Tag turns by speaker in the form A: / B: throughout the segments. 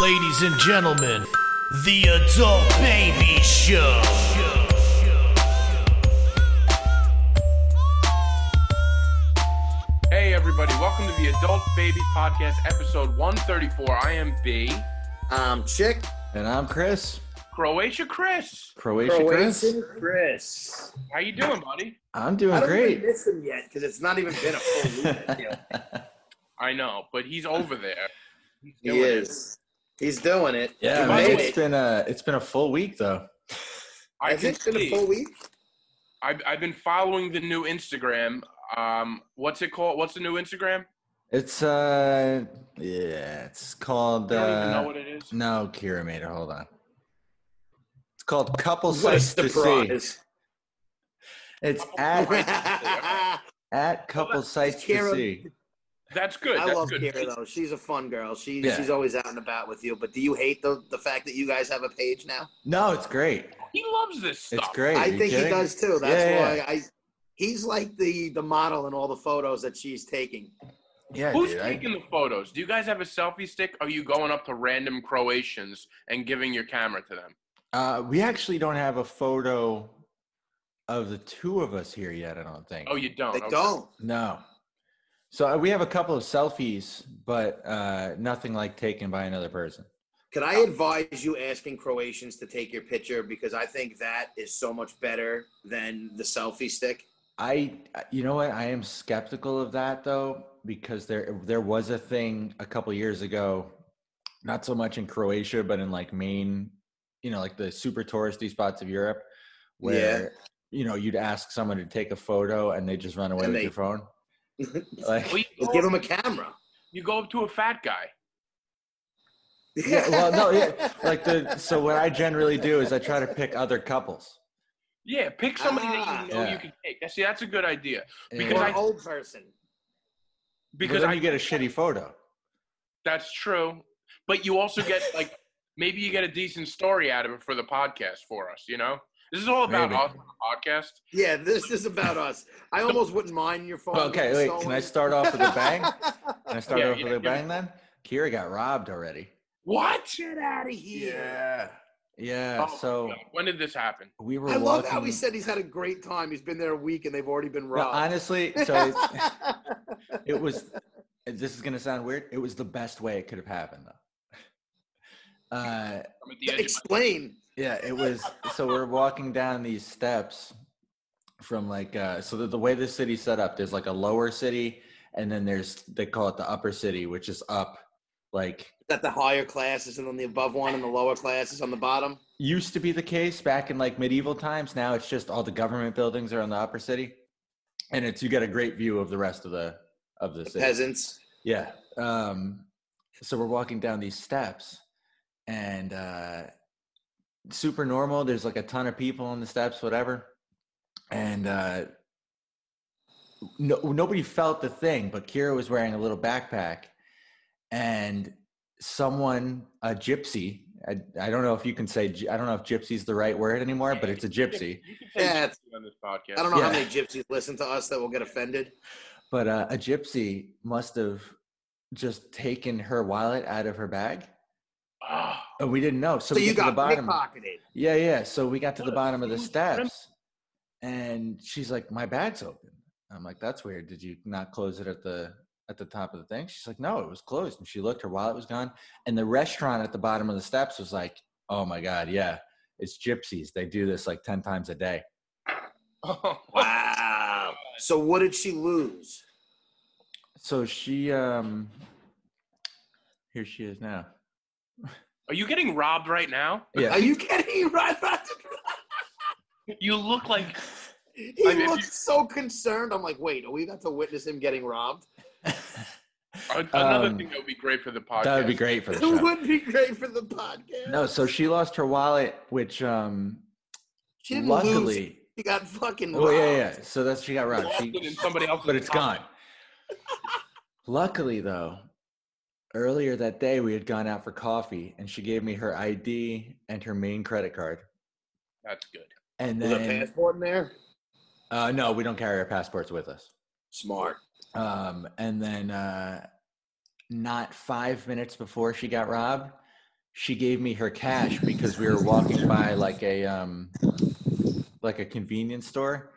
A: Ladies and gentlemen, the Adult Baby Show.
B: Hey, everybody, welcome to the Adult Baby Podcast, episode 134. I am B.
C: Um, Chick,
D: And I'm Chris.
B: Croatia Chris.
D: Croatia, Chris.
C: Croatian Chris.
B: How you doing, buddy?
D: I'm doing
C: I don't
D: great.
C: even miss him yet because it's not even been a full week. you know.
B: I know, but he's over there. He's
C: He
B: doing it.
C: is. He's doing it.
D: yeah,
C: he
D: man,
C: made
D: it's
C: it.
D: been a it's been a full week though.
B: I
C: Has
B: can
C: it been a
B: see.
C: full week?
B: I've, I've been following the new Instagram. Um, what's it called? What's the new Instagram?
D: It's uh yeah, it's called
B: I don't even know
D: uh,
B: what it is.
D: no Kira made it. Hold on. It's called couple
C: What a
D: sites to see.
C: surprise.
D: It's
B: Couple
D: at
B: Sites.
C: I
D: at couple sites to
C: Kira-
D: see.
B: That's good. That's
C: love
B: good.
C: Kira though. She's a fun girl. She
D: Yeah.
C: she's always out and about with you. But do you hate the the fact that you guys have a page now?
D: No, it's great.
B: He loves this stuff.
D: It's great. Are
C: I
D: you
C: think he
D: kidding?
C: does too. That's
D: Yeah,
C: why
D: yeah.
C: I. He's like the the model in all the photos that she's taking.
D: Yeah,
B: Who's
D: dude. I-
B: taking the photos? Do you guys have a selfie stick? Are you going up to random Croatians and giving your camera to them?
D: uh, we actually don't have a photo of the two of us here yet, I don't think.
B: Oh, you don't.
C: They
B: Okay.
C: don't.
D: No. So uh, we have a couple of selfies, but uh, nothing like taken by another person.
C: Could I advise you asking Croatians to take your picture because I think that is so much better than the selfie stick?
D: I, you know what? I am skeptical of that though, because there there was a thing a couple years ago, not so much in Croatia, but in like Maine, you know, like the super touristy spots of Europe, where you know you'd ask someone to take a photo and they just run away
C: And
D: with
C: they-
D: your phone.
B: Well,
D: Like,
B: you,
C: Well,
B: go
C: give
B: up,
C: him a camera.
B: you go up to a fat guy.
D: yeah, well, no, yeah, like the so what I generally do is I try to pick other couples
B: Yeah, pick somebody
C: Ah.
B: that you know
D: Yeah.
B: you can take. That's, see, that's a good idea Because
C: Or
B: I-
C: an old person.
D: because
B: because I
D: you get a shitty photo.
B: that's true. But you also get like maybe you get a decent story out of it for the podcast for us. You know, this is all about
D: Maybe.
B: us on the podcast.
C: Yeah, this is about us. I almost wouldn't mind your phone.
D: Well, okay,
C: being
D: wait.
C: stolen.
D: Can I start off with a bang? Can I start
B: Yeah,
D: off
B: yeah,
D: with a
B: give it-
D: bang then? Kira got robbed already.
B: What?
C: Get out of here.
D: Yeah.
B: Oh,
D: so
B: God. when did this happen?
D: we were
C: I
D: walking.
C: love how he said he's had a great time. He's been there a week and they've already been
D: No,
C: robbed.
D: honestly, so it, it was. This is gonna sound weird. It was the best way it could have happened though. Uh,
B: I'm at the edge of
C: Explain.
D: yeah, it was. So we're walking down these steps from like uh, so the, the way the city's set up. There's like a lower city, and then there's they call it the upper city, which is up like
C: That the higher classes and then the above one and the lower classes on the bottom.
D: used to be the case back in like medieval times. Now it's just all the government buildings are on the upper city, and it's you get a great view of the rest of the of the city.
C: Peasants.
D: Yeah. Um, so we're walking down these steps, and uh, super normal. There's like a ton of people on the steps, whatever, and uh, no nobody felt the thing. But Kira was wearing a little backpack, and someone, a gypsy. I, I don't know if you can say gy- I don't know if gypsy's the right word anymore, but it's a
B: my-
D: gypsy.
B: You can say
C: Yeah, it's-
B: gypsy on this podcast.
C: I don't know how
D: Yeah.
C: many gypsies listen to us that will get offended.
D: But uh, a gypsy must have just taken her wallet out of her bag.
B: Ah,
D: And Oh, we didn't know. So,
C: So,
D: we
C: you
D: get to
C: got
D: the bottom.
C: pickpocketed.
D: Yeah, yeah. So we got to the
B: What a
D: bottom of the
B: huge prim-
D: steps, and she's like, "My bag's open." I'm like, "That's weird. Did you not close it at the at the top of the thing?" She's like, "No, it was closed." And she looked, her wallet was gone, and the restaurant at the bottom of the steps was like, "Oh my god, yeah, it's gypsies. They do this like ten times a day."
B: Oh.
C: Wow. So what did she lose?
D: So she, um, here she is now.
B: Are you getting robbed right now?
D: Yeah,
C: Are you kidding? Right, right.
B: You look like
C: He
B: I mean, if
C: looked so concerned. I'm like, wait, are we about to witness him getting robbed?
B: a- another
D: Um,
B: thing that would be great for the podcast.
D: that would be great for the
C: It
D: show.
C: would be great for the podcast.
D: No, so she lost her wallet, which um,
C: she didn't
D: luckily.
C: lose. She got fucking robbed.
D: Oh yeah, yeah. So that's she got robbed.
B: Lost
D: She-
B: it in somebody else's
D: but it's
B: pocket.
D: gone. Luckily though, earlier that day we had gone out for coffee, and she gave me her ID and her main credit card.
B: That's good.
D: And
C: Was a
D: then,
C: passport in there?
D: uh, no, we don't carry our passports with us.
C: Smart.
D: Um, and then, uh, not five minutes before she got robbed, she gave me her cash because we were walking by like a um like a convenience store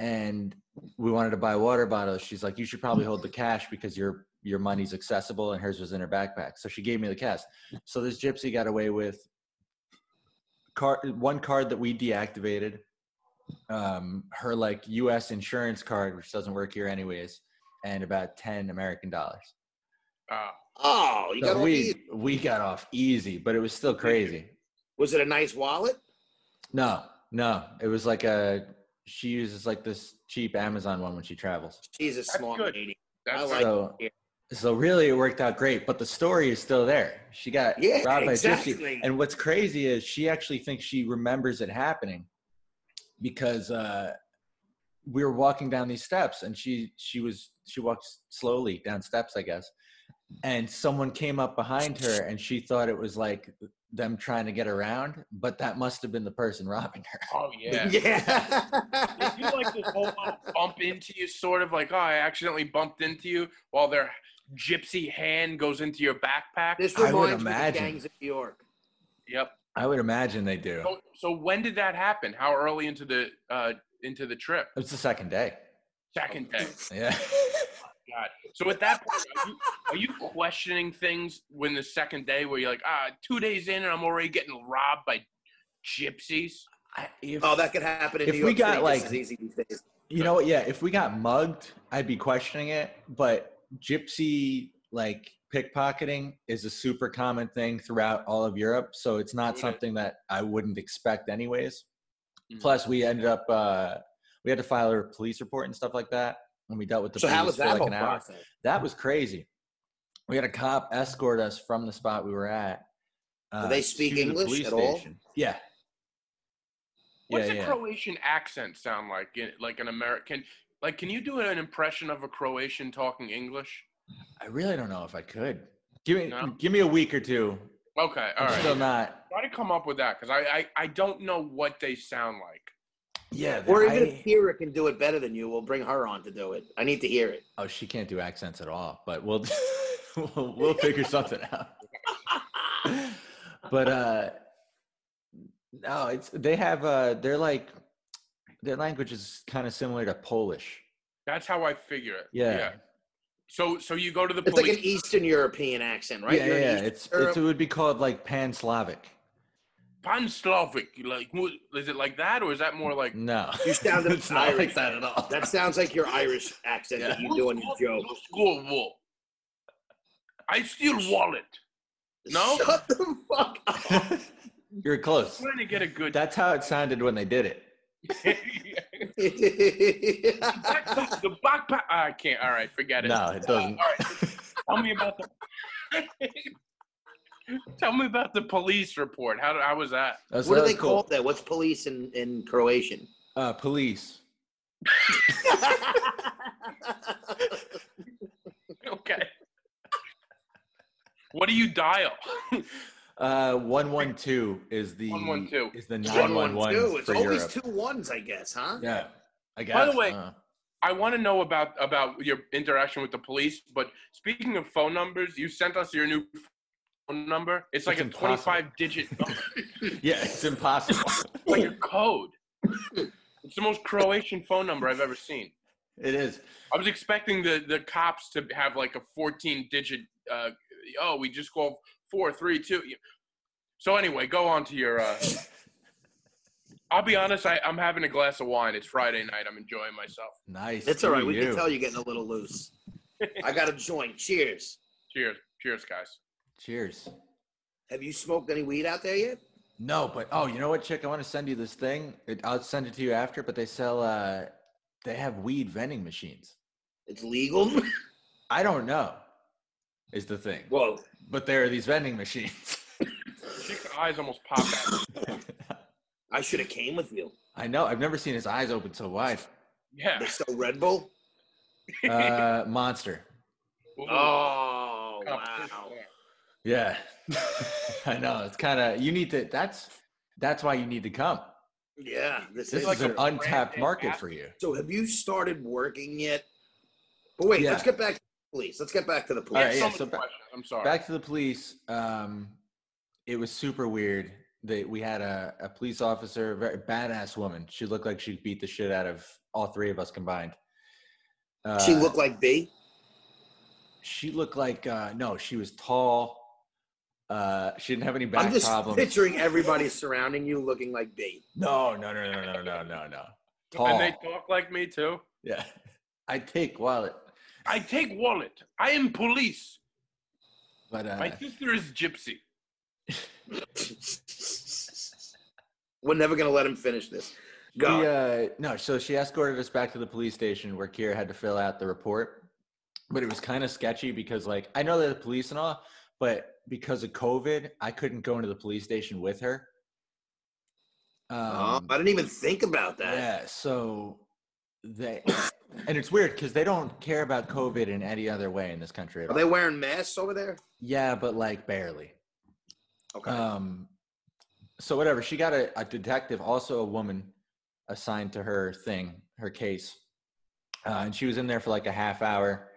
D: and we wanted to buy water bottles she's like you should probably hold the cash because your your money's accessible and hers was in her backpack so she gave me the cash so this gypsy got away with card one card that we deactivated um her like us insurance card which doesn't work here anyways and about 10 american dollars
B: Uh,
C: Oh, you
D: so
C: got
D: we
C: we,
D: we got off easy, but it was still crazy.
C: Was it a nice wallet?
D: No, no, it was like a she uses like this cheap Amazon one when she travels.
C: She's a small
B: good.
C: lady.
B: that's
C: I like-
D: So
C: it.
D: so really it worked out great, but the story is still there. She got
C: Yeah,
D: robbed by
C: exactly.
D: Gypsy, and what's crazy is she actually thinks she remembers it happening because uh, we were walking down these steps, and she she was she walked slowly down steps, I guess, and someone came up behind her and she thought it was like them trying to get around but that must have been the person robbing her
B: oh yeah.
C: Yeah.
B: If you like this whole little bump into you, sort of like, oh, I accidentally bumped into you, while their gypsy hand goes into your backpack.
C: this
D: I
C: reminds
D: would
C: me of the
D: imagine.
C: gangs of New York.
B: Yep.
D: i would imagine they do
B: So, so when did that happen? How early into the uh, into the trip?
D: it's the second day
B: Second day.
D: yeah
B: God. So at that point, are you, are you questioning things when the second day where you're like, ah, two days in and I'm already getting robbed by gypsies?
D: I- if-
C: Oh, that could happen in
D: If
C: New
D: we
C: York
D: got,
C: City
D: like-
C: just as easy these days.
D: You know what? Yeah, if we got mugged, I'd be questioning it. But gypsy like pickpocketing is a super common thing throughout all of Europe, so it's not
B: Yeah.
D: something that I wouldn't expect, anyways.
C: Mm.
B: Mhm.
D: Plus, we ended up uh, we had to file a police report and stuff like that, and we dealt with the
C: So
D: police
C: how was
D: for
C: that
D: like
C: whole
D: an hour.
C: process?
D: That was crazy. We had a cop escort us from the spot we were at. Uh,
C: they speak
D: to the
C: English
D: police
C: at all?
D: Yeah.
B: What's
D: yeah,
B: a
D: yeah.
B: Croatian accent sound like? in- Like an American? Like, can you do an impression of a Croatian talking English?
D: I really don't know if I could. Give me
B: No?
D: give me a week or two.
B: Okay, all
D: I'm
B: right.
D: still not.
B: Try to come up with that because I, I I don't know what they sound like.
D: Yeah.
C: Or
D: I-
C: even if Kira can do it better than you, we'll bring her on to do it. I need to hear it.
D: oh, she can't do accents at all. But we'll we'll, we'll figure something out. but uh, no, it's they have uh, they're like their language is kind of similar to Polish.
B: That's how I figure it.
D: Yeah.
B: So so you go to the
C: It's
B: police.
C: like an Eastern European accent, right?
D: Yeah,
C: You're in
D: yeah.
C: Eastern
D: It's,
C: Europe.
D: it's it would be called like Pan Slavic.
B: Pan Slavic, like what- is it like that or is that more like?
D: No,
C: You sounded
D: it's not
C: Irish.
D: like that at all.
C: That sounds like your Irish accent that you do on Mm, your joke.
B: No score wall. I steal wallet. No?
C: Shut the fuck up.
D: You're close.
B: I'm trying to get a good.
D: That's how it sounded when they did it.
B: Backpack- the backpack. I can't. All right, forget it.
D: No, it doesn't.
B: all right. Tell me about the. Tell me about the police report. How, how was that?
D: That's-
C: what do
D: that was
C: they call
D: cool.
C: that? What's police in, in Croatian?
D: Uh, police.
B: Okay. What do you dial?
D: Uh, one one two is the
B: 112.
D: is the nine one
C: 112.
D: one
C: It's
D: for
C: always
D: Europe.
C: two ones, I guess, huh?
D: Yeah, I guess.
B: By the way-
D: uh,
B: I want to know about about your interaction with the police. But speaking of phone numbers, you sent us your new phone number. It's like a
D: It's impossible.
B: twenty-five digit number.
D: yeah, it's impossible.
B: like a code. It's the most Croatian phone number I've ever seen.
D: it is.
B: I was expecting the, the cops to have like a 14 digit, uh, oh, we just called 432. So, anyway, go on to your. Uh, I'll be honest, I, I'm having a glass of wine. It's Friday night. I'm enjoying myself.
D: Nice.
C: It's all
D: Good
C: right.
D: for
C: We
D: you.
C: can tell you're getting a little loose. I got a joint. Cheers.
B: Cheers. Cheers, guys.
D: Cheers.
C: Have you smoked any weed out there yet?
D: No, but oh, you know what, chick? I want to send you this thing. It, I'll send it to you after. But they sell. Uh, they have weed vending machines.
C: It's legal.
D: I don't know. Is the thing.
C: Whoa.
D: But there are these vending machines.
B: Chick's eyes almost popped out.
C: I should have came with you.
D: I know. I've never seen his eyes open so wide.
B: Yeah.
D: Ah.
C: They sell Red Bull.
D: Uh, monster.
B: Ooh.
C: Oh
B: Competition.
D: Yeah, I know. It's kind of you need to. That's that's why you need to come.
C: Yeah, this, is
D: This is
B: like
D: an
B: a
D: untapped
B: brand
D: market
B: app.
D: for you.
C: so. Have you started working yet? But wait,
D: Yeah.
C: let's get back to the police. Let's get back to the
B: I
C: police.
B: had
D: Alright,
B: so many
D: yeah, so back-
B: questions. I'm sorry.
D: Back to the police. Um, it was super weird. They, we had a, a police officer, very badass woman. She looked like she beat the shit out of all three of us combined. Uh,
C: she looked like B.
D: She looked like uh, no. She was tall. Uh, she didn't have any back
C: I'm just
D: problems.
C: picturing everybody surrounding you looking like B.
D: No, no, no, no, no, no, no, no. Tall.
B: And they talk like me too.
D: yeah. I take wallet,
B: I take wallet. I am police.
D: but
B: My
D: uh,
B: sister is gypsy.
C: We're never gonna let him finish this.
D: we,
C: Go.
D: uh, no. So she escorted us back to the police station where Kira had to fill out the report. But it was kind of sketchy because, like, I know they're the police and all, but because of COVID, I couldn't go into the police station with her. Um,
C: Oh, I didn't even think about that.
D: uh, Yeah, so they and it's weird because they don't care about COVID in any other way in this country. at
C: Are
D: all.
C: Oh, they wearing masks over there?
D: yeah, but like barely.
C: Okay.
D: Um, so whatever. She got a, a detective, also a woman, assigned to her thing, her case, uh, and she was in there for like a half hour,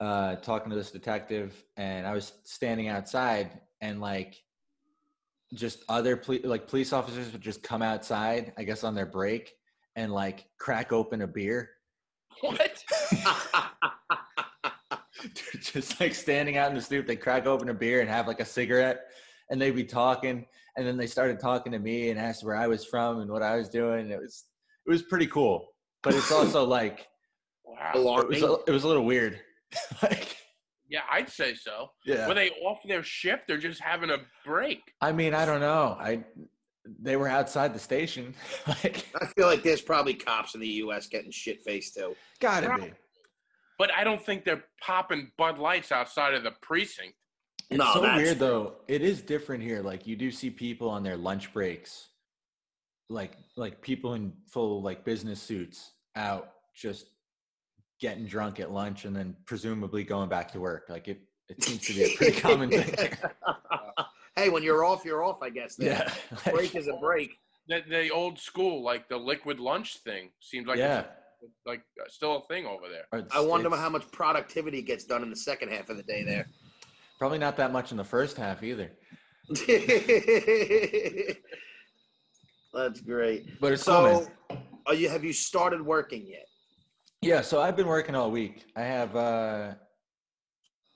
D: uh, talking to this detective, and I was standing outside, and like, just other poli- like police officers would just come outside, I guess on their break, and like crack open a beer,
B: What?
D: Uh, just like standing out in the stoop, they crack open a beer and have like a cigarette, and they'd be talking, and then they started talking to me and asked where I was from and what I was doing. It was it was pretty cool, but it's also like
B: Wow.
D: it
C: Alarming.
D: was a, it was a little weird. like
B: Yeah, I'd say so.
D: yeah,
B: Were they off their shift or just having a break?
D: I mean I don't know. I they were outside the station. like
C: I feel like there's probably cops in the U.S. getting shit faced too.
D: gotta be.
B: But I don't think they're popping Bud Lights outside of the precinct.
D: It's
C: No,
D: so
C: that's
D: weird though. It is different here. Like you do see people on their lunch breaks, like like people in full like business suits out just getting drunk at lunch and then presumably going back to work. Like it, it seems to be a pretty common thing. here.
C: hey, when you're off, you're off. I guess. Then.
D: Yeah, like,
C: Break is a break.
B: The, the old school, like the liquid lunch thing, seems like
D: yeah.
B: it's like uh, still a thing over there.
D: Or it's-
C: I wonder
D: it's
C: how much productivity gets done in the second half of the day there.
D: Probably not that much in the first half either.
C: That's great.
D: But it's
C: So,
D: common.
C: are you have you started working yet?
D: Yeah, so I've been working all week. I have. uh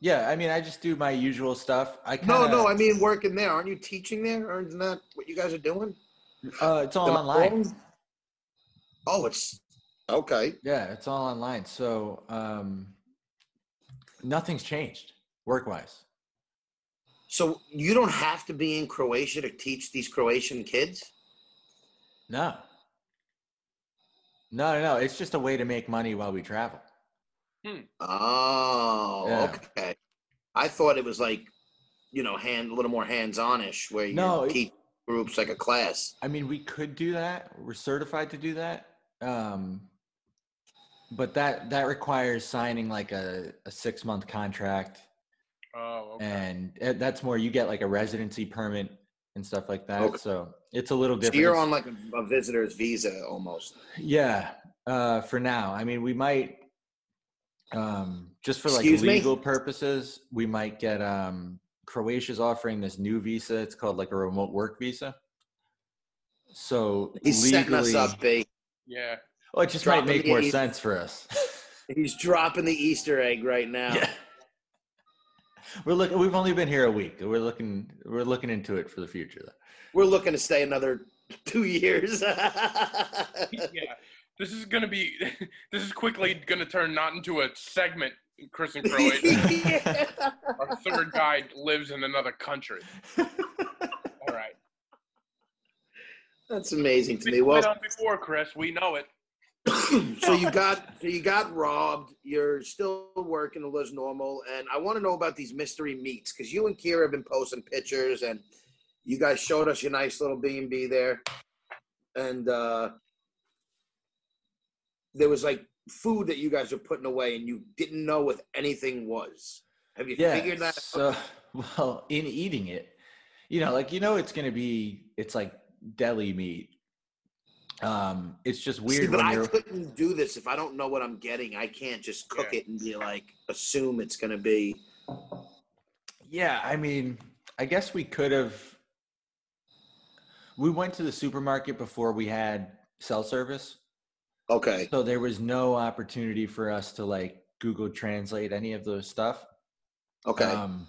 D: Yeah, I mean, I just do my usual stuff. I kinda,
C: No, no, I mean working there. Aren't you teaching there? Aren't that what you guys are doing?
D: uh, it's all
C: The
D: online.
C: phones? Oh, it's okay.
D: Yeah, it's all online. So um, nothing's changed work wise.
C: So you don't have to be in Croatia to teach these Croatian kids.
D: No. No, no, no. It's just a way to make money while we travel.
C: Oh,
D: Yeah.
C: okay. I thought it was like, you know, hand a little more hands-on-ish, where you
D: No, it-
C: teach groups like a class.
D: I mean, we could do that. We're certified to do that. Um, but that that requires signing like a, a six month contract,
B: Oh, okay.
D: and uh, that's more. You get like a residency permit and stuff like that.
C: Okay.
D: So it's a little
C: So
D: different.
C: you're
D: It's-
C: on like a, a visitor's visa almost.
D: Yeah, uh, for now. I mean, we might um, just for like
C: Excuse me?
D: legal purposes, we might get um, Croatia's offering this new visa. It's called like a remote work visa. So
C: He's setting us
D: legally,
C: up, B.
B: yeah.
D: oh, it just might
C: dropping
D: make
C: the
D: more
C: E.
D: sense for us.
C: He's dropping the Easter egg right now.
D: yeah. We're looking. We've only been here a week. We're looking. We're looking into it for the future, though.
C: We're looking to stay another two years.
B: yeah. This is gonna be. This is quickly gonna turn not into a segment. Chris and Croatia. Our third guy lives in another country. All right.
C: That's amazing to me.
B: We
C: Well,
B: went on before, Chris. We know it.
C: so you got so you got robbed. You're still working as normal, and I want to know about these mystery meats because you and Kira have been posting pictures, and you guys showed us your nice little B and B there, and uh, there was like food that you guys were putting away, and you didn't know what anything was. Have you
D: yeah,
C: figured that? out?
D: So, well, in eating it, you know, like you know, it's gonna be it's like deli meat. Um, it's just weird
C: See, but
D: when
C: I
D: you're.
C: couldn't do this if I don't know what I'm getting. I can't just cook
B: Yeah.
C: it and be like assume it's gonna be.
D: Yeah, I mean, I guess we could have. We went to the supermarket before we had cell service,
C: Okay.
D: so there was no opportunity for us to like Google Translate any of those stuff.
C: Okay.
D: Um,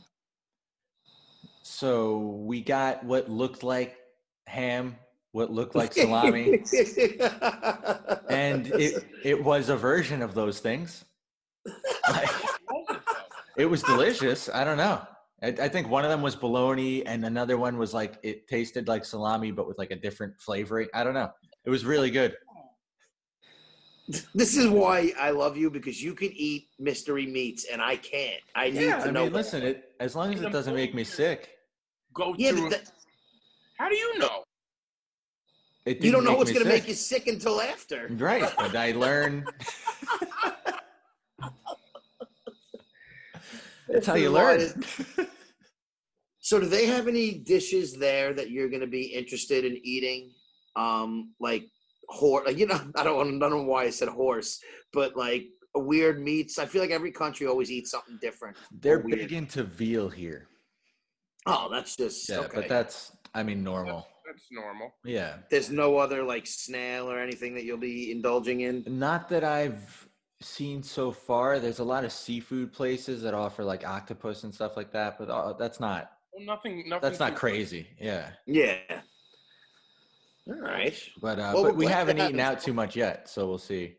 D: so we got what looked like ham, what looked like salami, and it it was a version of those things. Like, it was delicious. I don't know. I, I think one of them was bologna, and another one was like it tasted like salami, but with like a different flavoring. I don't know. It was really good.
C: this is why I love you because you can eat mystery meats and I can't. I need
B: Yeah,
C: to
D: I
C: know.
D: mean, listen, it, as long as it doesn't make me sick,
B: Go
C: yeah,
B: through.
C: but that-
B: How do you know?
D: it
C: you don't
D: didn't
C: know what's
D: me
C: going to
D: sick.
C: make you sick until after.
D: Right, but I learn. That's how
C: This
D: you
C: is why
D: learn.
C: it- so, do they have any dishes there that you're going to be interested in eating? Um, like horse, you know, I don't, wanna- I don't know why I said horse, but like weird meats. I feel like every country always eats something different.
D: They're
C: weird.
D: big into veal here.
C: Oh, that's just
D: Yeah,
C: okay.
D: but that's I mean normal.
B: That's normal.
D: Yeah,
C: There's no other like snail or anything that you'll be indulging in.
D: not that I've seen so far. There's a lot of seafood places that offer like octopus and stuff like that, but uh, that's not
B: Well, nothing. Nothing.
D: that's not
B: too-
D: crazy. Yeah,
C: Yeah. All right.
D: but uh,
C: Well,
D: but we
C: what
D: haven't eaten out
C: happens-
D: too much yet, so we'll see.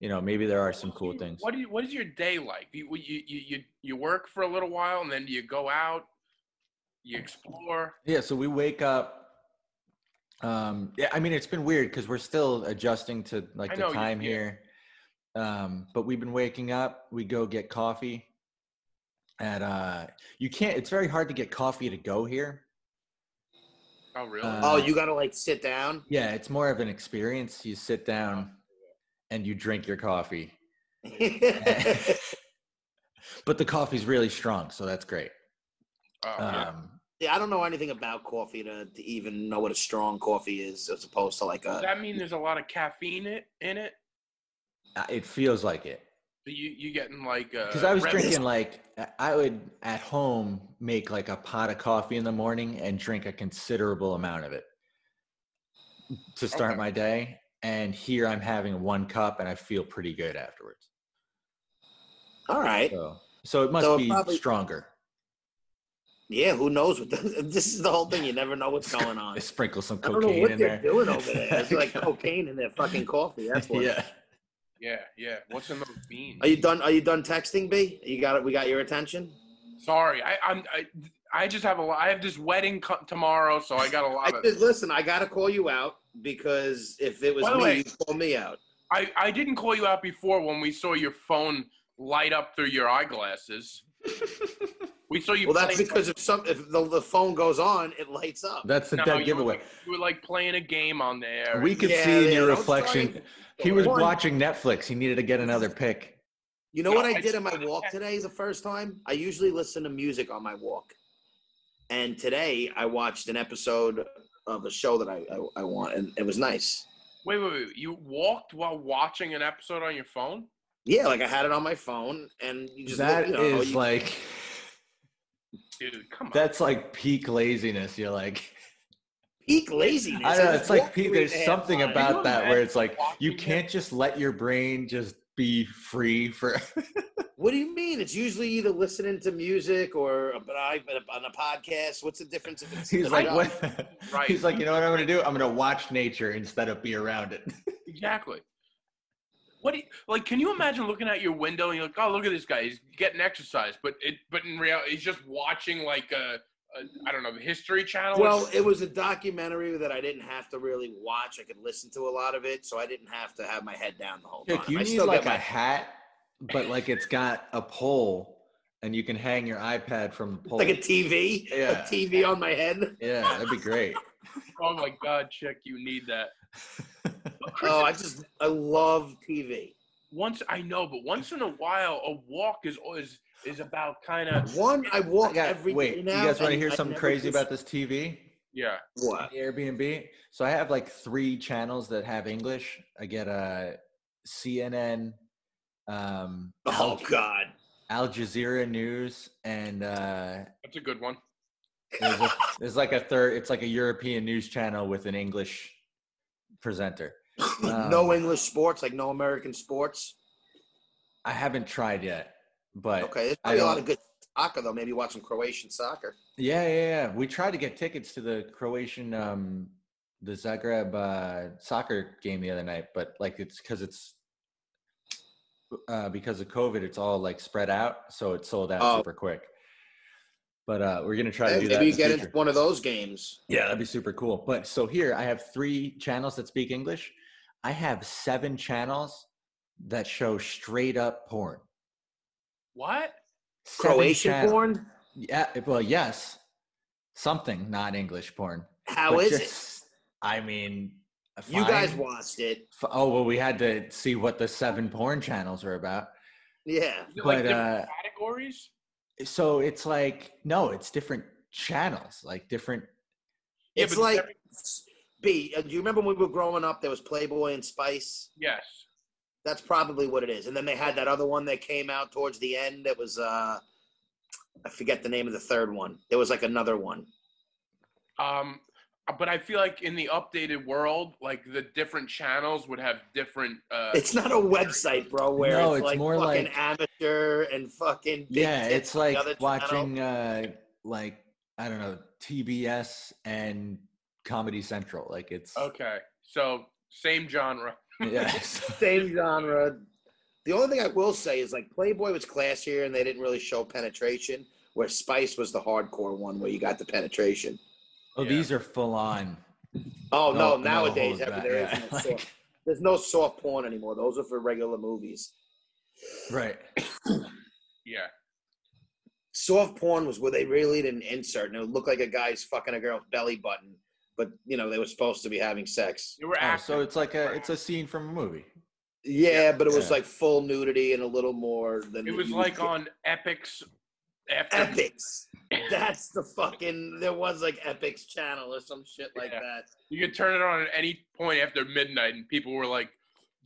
D: You know, maybe there are some cool things.
B: What do you? What is your day like? You you you you, you work for a little while and then you go out. You explore.
D: Yeah, so we wake up. Um, yeah, I mean it's been weird because we're still adjusting to
B: I
D: like
B: know,
D: the
B: you-
D: time
B: yeah.
D: here. Um, but we've been waking up. We go get coffee. At uh, you can't. It's very hard to get coffee to go here.
B: Oh really?
D: Uh,
C: Oh, you got to like sit down.
D: Yeah, it's more of an experience. You sit down and you drink your coffee,
C: yeah,
D: but the coffee's really strong, so that's great.
B: oh, yeah.
D: Um,
C: I don't know anything about coffee to, to even know what a strong coffee is as opposed to like
B: Does
C: a.
B: that mean there's a lot of caffeine it, in it?
D: uh, it feels like it.
B: So you you getting like
C: Uh,
B: uh,
D: because I was
B: Red-
D: drinking like I- I would at home make like a pot of coffee in the morning and drink a considerable amount of it to start
B: Okay.
D: my day. And here I'm having one cup and I feel pretty good afterwards.
C: All right.
D: So, so it must
C: So it
D: be
C: probably-
D: stronger.
C: Yeah, who knows what the, this is the whole thing. You never know what's going on.
D: Sprinkle some
C: I don't know
D: cocaine
C: what
D: in
C: they're
D: there.
C: doing over there. It's like cocaine in their fucking coffee. That's what.
D: yeah.
B: Yeah, yeah. What's in those beans?
C: Are you done? Are you done texting, B? You got it. We got your attention.
B: Sorry, I I'm I, I just have a lot. I have this wedding co- tomorrow, so I got a
C: I
B: lot of.
C: just, listen, I gotta call you out because if it was
B: By the
C: me,
B: way-
C: you'd call me out.
B: I I didn't call you out before when we saw your phone light up through your eyeglasses. we saw you.
C: Well, that's
B: playing-
C: because if some if the, the phone goes on, it lights up.
D: That's the
B: No, you
D: dead
B: were
D: giveaway.
B: like- you were like playing a game on there.
D: We could
C: Yeah,
D: see in
C: yeah,
D: your
C: don't try
D: reflection.
C: and-
D: He was
C: One-
D: watching Netflix. He needed to get another pick.
C: You know what
B: No,
C: I
B: I
C: did on my
B: just-
C: walk today the first time? I usually listen to music on my walk. And today I watched an episode of a show that I, I, I want, and it was nice.
B: wait, wait, wait. You walked while watching an episode on your phone.
C: Yeah, like I had it on my phone, and you just
D: That is
C: look, you know, you-
D: like
B: Dude, come on.
D: that's like peak laziness. You're like.
C: peak laziness.
D: I know
C: just
D: it's
C: walked
D: like Pete,
C: three
D: there's
C: and a half
D: something
C: miles.
B: you
D: about that where
B: imagine
D: it's like
B: walking
D: you
B: there?
D: can't just let your brain just be free for.
C: What do you mean? It's usually either listening to music or a, but I- but on a podcast. What's the difference? If it's
D: he's
C: I
D: like,
C: don't-
D: what?
B: Right.
D: He's like, you know what I'm gonna do? I'm gonna watch nature instead of be around it.
B: Exactly. What do you, like? Can you imagine looking out your window and you're like, "Oh, look at this guy. He's getting exercise," but it, but in reality, he's just watching like a, a I don't know, the History Channel. or
C: Well,
B: something?
C: it was a documentary that I didn't have to really watch. I could listen to a lot of it, so I didn't have to have my head down the whole time.
D: Dick, you
C: I
D: need
C: still
D: like
C: got
D: a
C: my
D: hat, but like it's got a pole, and you can hang your iPad from the pole.
C: like a TV,
D: Yeah.
C: a TV on my head.
D: yeah, that'd be great.
B: oh my God, chick, you need that. But Chris,
C: Oh, I just I love TV.
B: once I know, but once in a while, a walk is is is about kind of
C: One, I walk
D: I got-
C: every day
D: wait, you
C: now,
D: guys want to
C: and
D: hear
C: I
D: something
C: never
D: crazy
C: just-
D: about this TV?
B: yeah.
C: what?
D: the Airbnb. So I have like three channels that have English. I get uh, a CNN, um,
C: Oh God,
D: Al Jazeera News, and uh,
B: That's a good one.
D: There's, a, there's like a third. It's like a European news channel with an English presenter. Um,
C: no English sports, like no American sports.
D: I haven't tried yet, but
C: Okay, there's
D: I
C: probably a lot
D: don't-
C: of good soccer though. Maybe watch some Croatian soccer.
D: yeah, yeah, yeah. We tried to get tickets to the Croatian, um, the Zagreb uh, soccer game the other night, but like it's because it's uh, because of COVID, it's all like spread out, so it sold out
C: Oh.
D: super quick. But uh, we're gonna try to do that.
C: Maybe
D: in
C: you
D: the
C: get
D: future.
C: into one of those games.
D: Yeah, that'd be super cool. But so here I have three channels that speak English. I have seven channels that show straight up porn.
B: What?
D: Seven
C: Croatian
D: channel-
C: porn.
D: Yeah. Well, yes. Something not English porn.
C: How
D: But
C: is
D: just- I mean,
C: it? You guys
D: fine.
C: watched it.
D: F- Oh well, we had to see what the seven porn channels are about.
C: Yeah.
B: Is it like
D: But,
B: different
D: uh,
B: categories?
D: So it's like no, it's different channels, like different.
B: Yeah,
C: It's
B: but
C: like
B: every-
C: B. uh, Do you remember when we were growing up? There was Playboy and Spice.
B: Yes.
C: That's probably what it is. And then they had that other one that came out towards the end. That was uh, I forget the name of the third one. There was like another one.
B: Um, but I feel like in the updated world, like the different channels would have different. Uh,
C: It's not a website, bro. Where
D: No,
C: it's,
D: it's
C: like
D: more
C: fucking
D: like-
C: amateur and fucking big
D: yeah,
C: tits
D: it's
C: on the
D: like
C: other channel.
D: watching uh like I don't know TBS and Comedy Central. Like it's
B: okay, so same genre.
D: yeah, so-
C: same genre. The only thing I will say is like Playboy was classier and they didn't really show penetration. Where Spice was the hardcore one where you got the penetration.
D: Oh,
B: Yeah.
D: these are full on.
C: Oh no!
D: no
C: nowadays,
D: holds
C: every,
D: back,
C: there is
D: yeah,
C: no
D: like-
C: soft, there's no soft porn anymore. Those are for regular movies.
D: Right. Oh,
B: Yeah.
C: Soft porn was where they really didn't insert, and it would look like a guy's fucking a girl's belly button, but you know they were supposed to be having sex.
B: They were
D: Oh,
B: acting.
D: so it's like a it's a scene from a movie.
C: Yeah, but it was
D: Yeah.
C: like full nudity and a little more than
B: it was
C: you
B: like
C: would get.
B: on Epics. After
C: Epics. That's the fucking. There was like Epics Channel or some shit like
B: Yeah.
C: that.
B: you could turn it on at any point after midnight, and people were like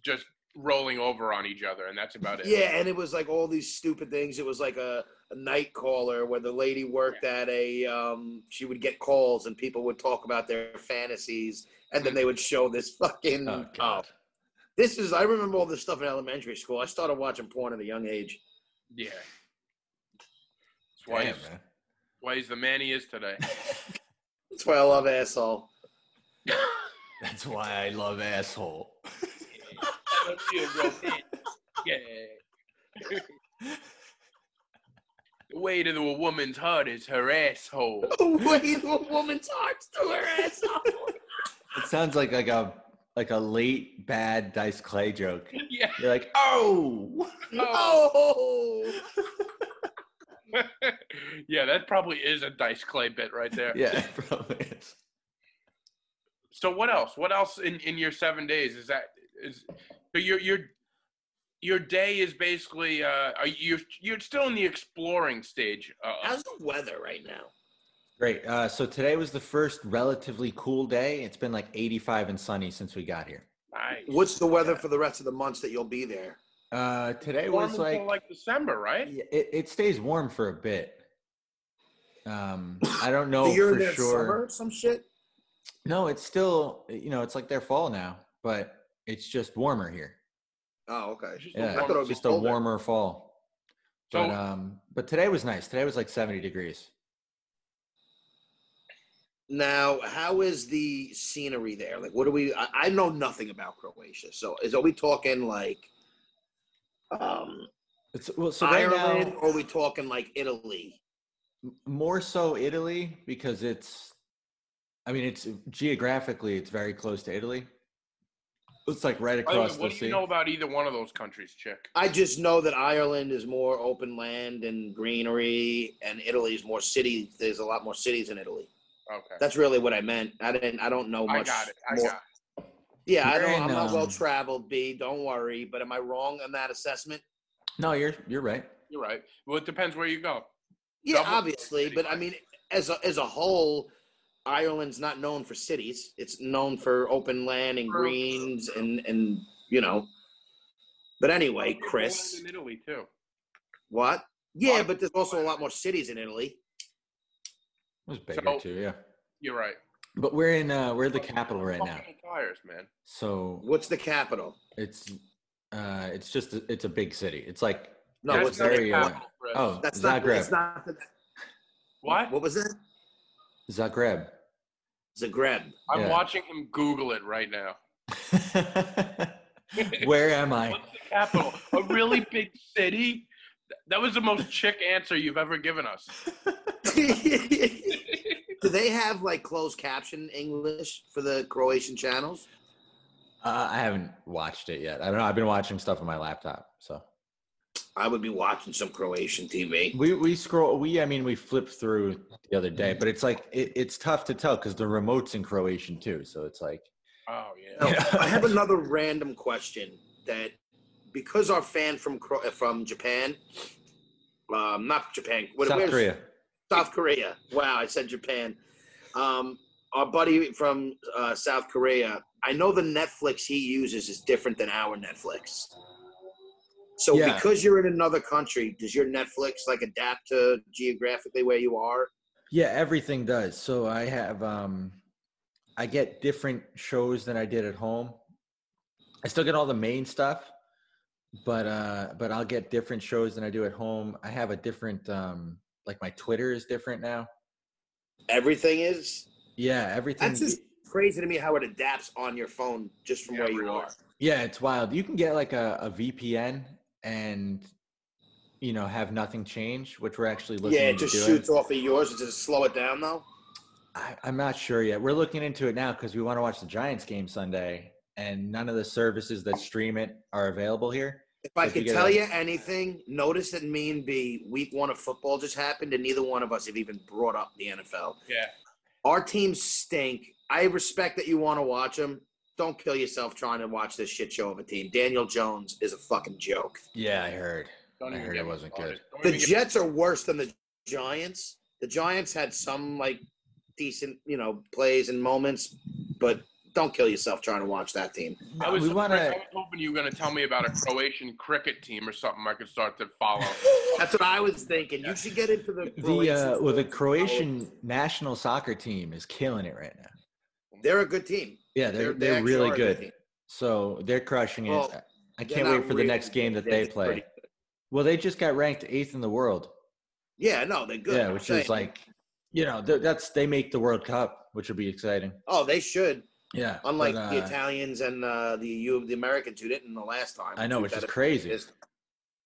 B: just rolling over on each other, and that's about it.
C: Yeah, and it was like all these stupid things. It was like a, a night caller where the lady worked at a. Um, she would get calls and people would talk about their fantasies, and
B: Hmm.
C: then they would show this fucking.
D: Oh god.
C: this is. I remember all this stuff in elementary school. I started watching porn at a young age.
B: Yeah. That's why
D: Damn,
B: he's,
D: man.
B: why he's the man he is today.
C: That's why I love asshole.
D: That's why I love asshole.
B: Don't be a real man. yeah. the way to a woman's heart is her asshole.
C: Way the woman's hearts to her asshole.
D: It sounds like like a like a late bad Dice Clay joke.
B: Yeah.
D: You're like, oh,
C: Oh.
B: yeah, that probably is a dice clay bit right there.
D: "Oh, yeah, it probably is.
B: So what else? What else in, in your seven days is that is so your your your day is basically uh are you you're still in the exploring stage. Uh,
C: How's the weather right now?
D: Great. Uh, so today was the first relatively cool day. It's been like 85 and sunny since we got here.
B: nice.
C: What's the weather for the rest of the months that you'll be there?
D: Uh, today
B: Warm
D: was
B: until,
D: like,
B: like, December, right?
D: Yeah, it, it stays warm for a bit. Um, I don't know
C: So you're in
D: for
C: there
D: sure.
C: summer, or some shit.
D: No, it's still you know it's like their fall now, but it's just warmer here.
C: Oh, okay.
B: Just a
D: Yeah,
B: warm-
C: thought it was
D: just a
C: colder.
D: warmer fall.
B: So-
D: But um, but today was nice. Today was like 70 degrees.
C: Now, how is the scenery there? Like, what do we? I, I know nothing about Croatia, so is are we talking like um,
D: It's well, so right
C: Ireland,
D: now
C: or are we talking like Italy?
D: m- more so Italy because it's, I mean, it's geographically it's very close to Italy. It's like right
B: By the way,
D: across the
B: what do
D: sea.
B: you know about either one of those countries, chick?
C: I just know that Ireland is more open land and greenery, and Italy is more cities. There's a lot more cities in Italy.
B: Okay.
C: That's really what I meant. I didn't. I don't know
B: I
C: much.
B: got it. I
C: more-
B: got it.
C: Yeah, I
D: You're
C: don't,
D: in,
C: I'm not
D: um,
C: well traveled, B. Don't worry. But am I wrong on that assessment?
D: No, you're you're right.
B: You're right. Well, it depends where you go.
C: Yeah,
B: Double-
C: obviously. But I mean, as a, as a whole, Ireland's not known for cities. It's known for open land and
B: True.
C: greens and and you know. But anyway,
B: There's
C: Chris,
B: one In Italy too.
C: what? Yeah, but there's also a lot more cities in Italy.
D: was Baker
B: So-
D: too, yeah.
B: You're right.
D: But we're in uh we're at the capital right now.
B: Fucking Tires, man.
D: So
C: What's the capital?
D: it's uh it's just a, it's a big city. It's like
C: No,
B: That's
C: what's
B: not
C: that?
B: a
D: very, uh,
B: capital, Chris.
D: oh
C: That's not. That's
D: Zagreb.
C: not. The,
B: what?
C: What was that?
D: Zagreb.
C: Zagreb.
B: I'm
D: yeah.
B: watching him Google it right now.
D: Where am I?
B: What's the capital? A really big city? Th- That was the most chick answer you've ever given us.
C: Do they have like closed caption English for the Croatian channels?
D: Uh, I haven't watched it yet. I don't know. I've been watching stuff on my laptop. So
C: I would be watching some Croatian TV.
D: we we scroll. We I mean we flipped through the other day, but it's like it, it's tough to tell because the remote's in Croatian too. So it's like
B: Oh yeah.
C: Now, I have another random question that because our fan from Cro- from Japan, um, not Japan, what,
D: South
C: where's-
D: Korea.
C: South Korea. Wow, I said Japan. Um, our buddy from uh, South Korea. I know the Netflix he uses is different than our Netflix. So
D: Yeah.
C: because you're in another country, does your Netflix like adapt to geographically where you are?
D: Yeah, everything does. So I have um I get different shows than I did at home. I still get all the main stuff, but uh but I'll get different shows than I do at home. I have a different um like my Twitter is different now.
C: Everything is.
D: Yeah, everything
C: That's just crazy to me how it adapts on your phone just from
B: Yeah,
C: where you
B: really.
C: are.
D: Yeah, it's wild. You can get like a, a VPN and you know have nothing change, which we're actually looking
C: Yeah, it
D: into
C: just
D: doing.
C: shoots off of yours. Does it slow it down though?
D: I, I'm not sure yet. We're looking into it now because we want to watch the Giants game Sunday, and none of the services that stream it are available here.
C: If I
D: If you
C: could
D: get
C: tell
D: a-
C: you anything, notice that me and B, week one of football just happened, and neither one of us have even brought up the NFL.
B: Yeah.
C: Our teams stink. I respect that you want to watch them. Don't kill yourself trying to watch this shit show of a team. Daniel Jones is a fucking joke.
D: Yeah, I heard.
B: Don't
D: I
B: even
D: heard
B: get
D: it
B: me
D: wasn't
B: started.
D: good.
B: Don't
C: The
B: even get-
C: Jets are worse than the Giants. The Giants had some like decent, you know, plays and moments, but don't kill yourself trying to watch that team.
B: I was,
D: we want
B: Chris, I
D: to.
B: was hoping you were going to tell me about a Croatian cricket team or something I could start to follow.
C: That's what I was thinking. You should get into the
D: The uh,
C: Croatians.
D: well, the Croatian national soccer team is killing it right now.
C: They're a good team.
D: Yeah, they're
C: they
D: they're,
C: actually
D: really
C: are a
D: good.
C: team.
D: So they're crushing it.
C: Well,
D: I- I
C: they're
D: can't
C: not
D: wait for the
C: really
D: next game that
C: good,
D: they
C: they're
D: play.
C: pretty
D: Well, they just got ranked eighth in the world.
C: Yeah, no, they're good.
D: Yeah,
C: I'm
D: which
C: saying.
D: is like, you know, th- that's they make the World Cup, which will be exciting.
C: oh, they should.
D: Yeah, but,
C: Unlike the
D: uh,
C: Italians and uh, the you, the Americans who didn't the last time.
D: I know, which is
C: That-
D: crazy.
C: is-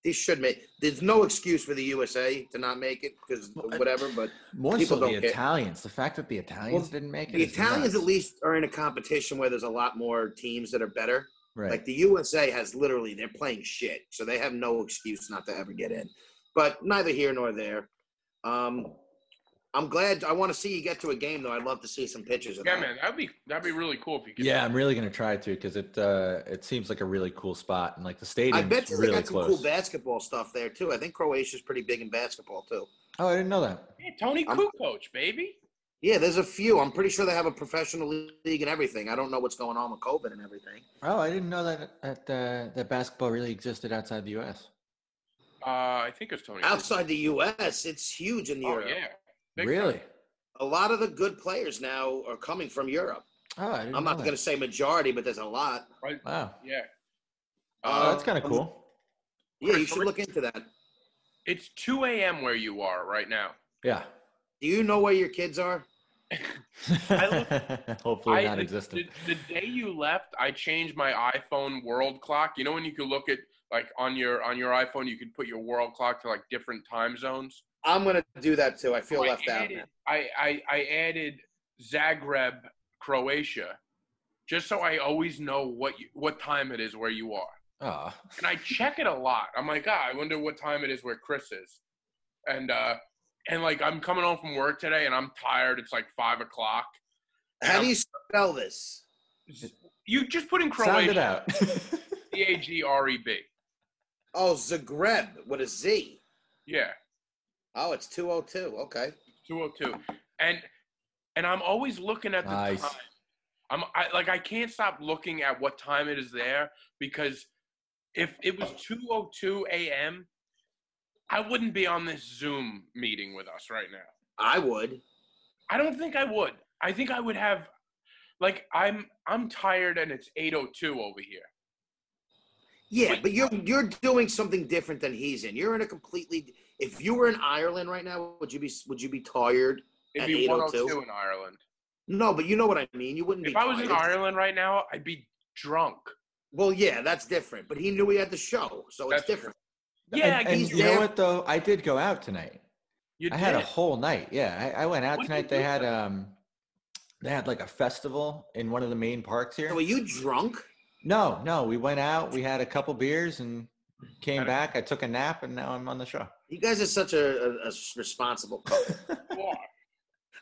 C: They should make. There's no excuse for the USA to not make it because
D: Well, I-
C: whatever. But
D: More
C: people
D: so the
C: don't care.
D: Italians. The fact that the Italians didn't make it.
C: the
D: is
C: Italians
D: nuts.
C: at least are in a competition where there's a lot more teams that are better.
D: right?
C: Like the USA has literally they're playing shit, so they have no excuse not to ever get in. But neither here nor there. Um, I'm glad. I want to see you get to a game though. I'd love to see some pictures of
B: yeah,
C: that.
B: man, that'd be that'd be really cool if you could.
D: yeah, I'm really gonna try to because it uh, it seems like a really cool spot and like the
C: I
D: stadium
C: bet you they
D: really
C: got some
D: close.
C: cool basketball stuff there too. I think Croatia's pretty big in basketball too.
D: oh, I didn't know that.
B: Yeah, Tony
C: I'm-
B: Kukoc, baby.
C: Yeah, there's a few. I'm pretty sure they have a professional league and everything. I don't know what's going on with COVID and everything.
D: Oh, I didn't know that that uh, that basketball really existed outside the U.S.
B: Uh, I think it's Tony. Kukoc.
C: Outside the U.S., it's huge in
B: Oh
C: Europe.
B: yeah. Big
D: Really?
C: A lot of the good players now are coming from Europe.
D: Oh, I didn't
C: I'm
D: know
C: not
D: that.
C: going to say majority, but there's a lot.
D: Wow,
B: Yeah.
D: oh, that's
B: Um,
D: kind of
C: um,
D: cool.
C: Yeah,
B: Chris,
C: you should
B: what-
C: look into that.
B: it's 2 a.m. where you are right now.
D: Yeah.
C: Do you know where your kids are?
D: Hopefully,
B: I-
D: not
B: the-
D: existent.
B: The, the day you left, I changed my iPhone world clock. You know when you can look at like on your on your iPhone, you could put your world clock to like different time zones.
C: I'm going to do that too. I feel
B: So Oh, I
C: left out.
B: added-
C: now.
B: I, I I added Zagreb, Croatia, just so I always know what you, what time it is where you are.
D: Oh,
B: And I check it a lot. I'm like, ah, I wonder what time it is where Chris is. And uh and like I'm coming home from work today and I'm tired. It's like five o'clock.
C: How do you spell this?
B: You just put in
D: sound it
B: Croatia,
D: out.
B: C A G R E B.
C: Oh, Zagreb with a Z.
B: Yeah,
C: Oh, it's 202. Okay.
B: 202. And and I'm always looking at the
D: Nice.
B: time. I'm I, like I can't stop looking at what time it is there because if it was 202 a.m., I wouldn't be on this Zoom meeting with us right now.
C: I would.
B: I don't think I would. I think I would have like I'm I'm tired and it's 802 over here.
C: Yeah, but you're you're doing something different than he's in. You're in a completely. If you were in Ireland right now, would you be would you be tired?
B: It'd
C: At
B: be
C: 8:02?
B: 102 in Ireland.
C: No, but you know what I mean. You wouldn't
B: If
C: be.
B: I was in
C: tired.
B: Ireland right now, I'd be drunk.
C: well, yeah, that's different. But he knew he had the show, so
B: That's
C: it's different.
B: Yeah,
D: and,
B: I
D: and
B: guess
C: he's
D: you know
C: there.
D: what though? I did go out tonight.
B: you
D: I had a
B: did.
D: whole night. Yeah, I, I went out
B: What did
D: tonight.
B: you
D: They
B: do
D: had um, they had like a festival in one of the main parks here.
C: So are you drunk?
D: No, no, we went out. We had a couple beers and came
B: Had a-
D: back. I took a nap and now I'm on the show.
C: You guys are such a, a, a responsible couple.
B: Well,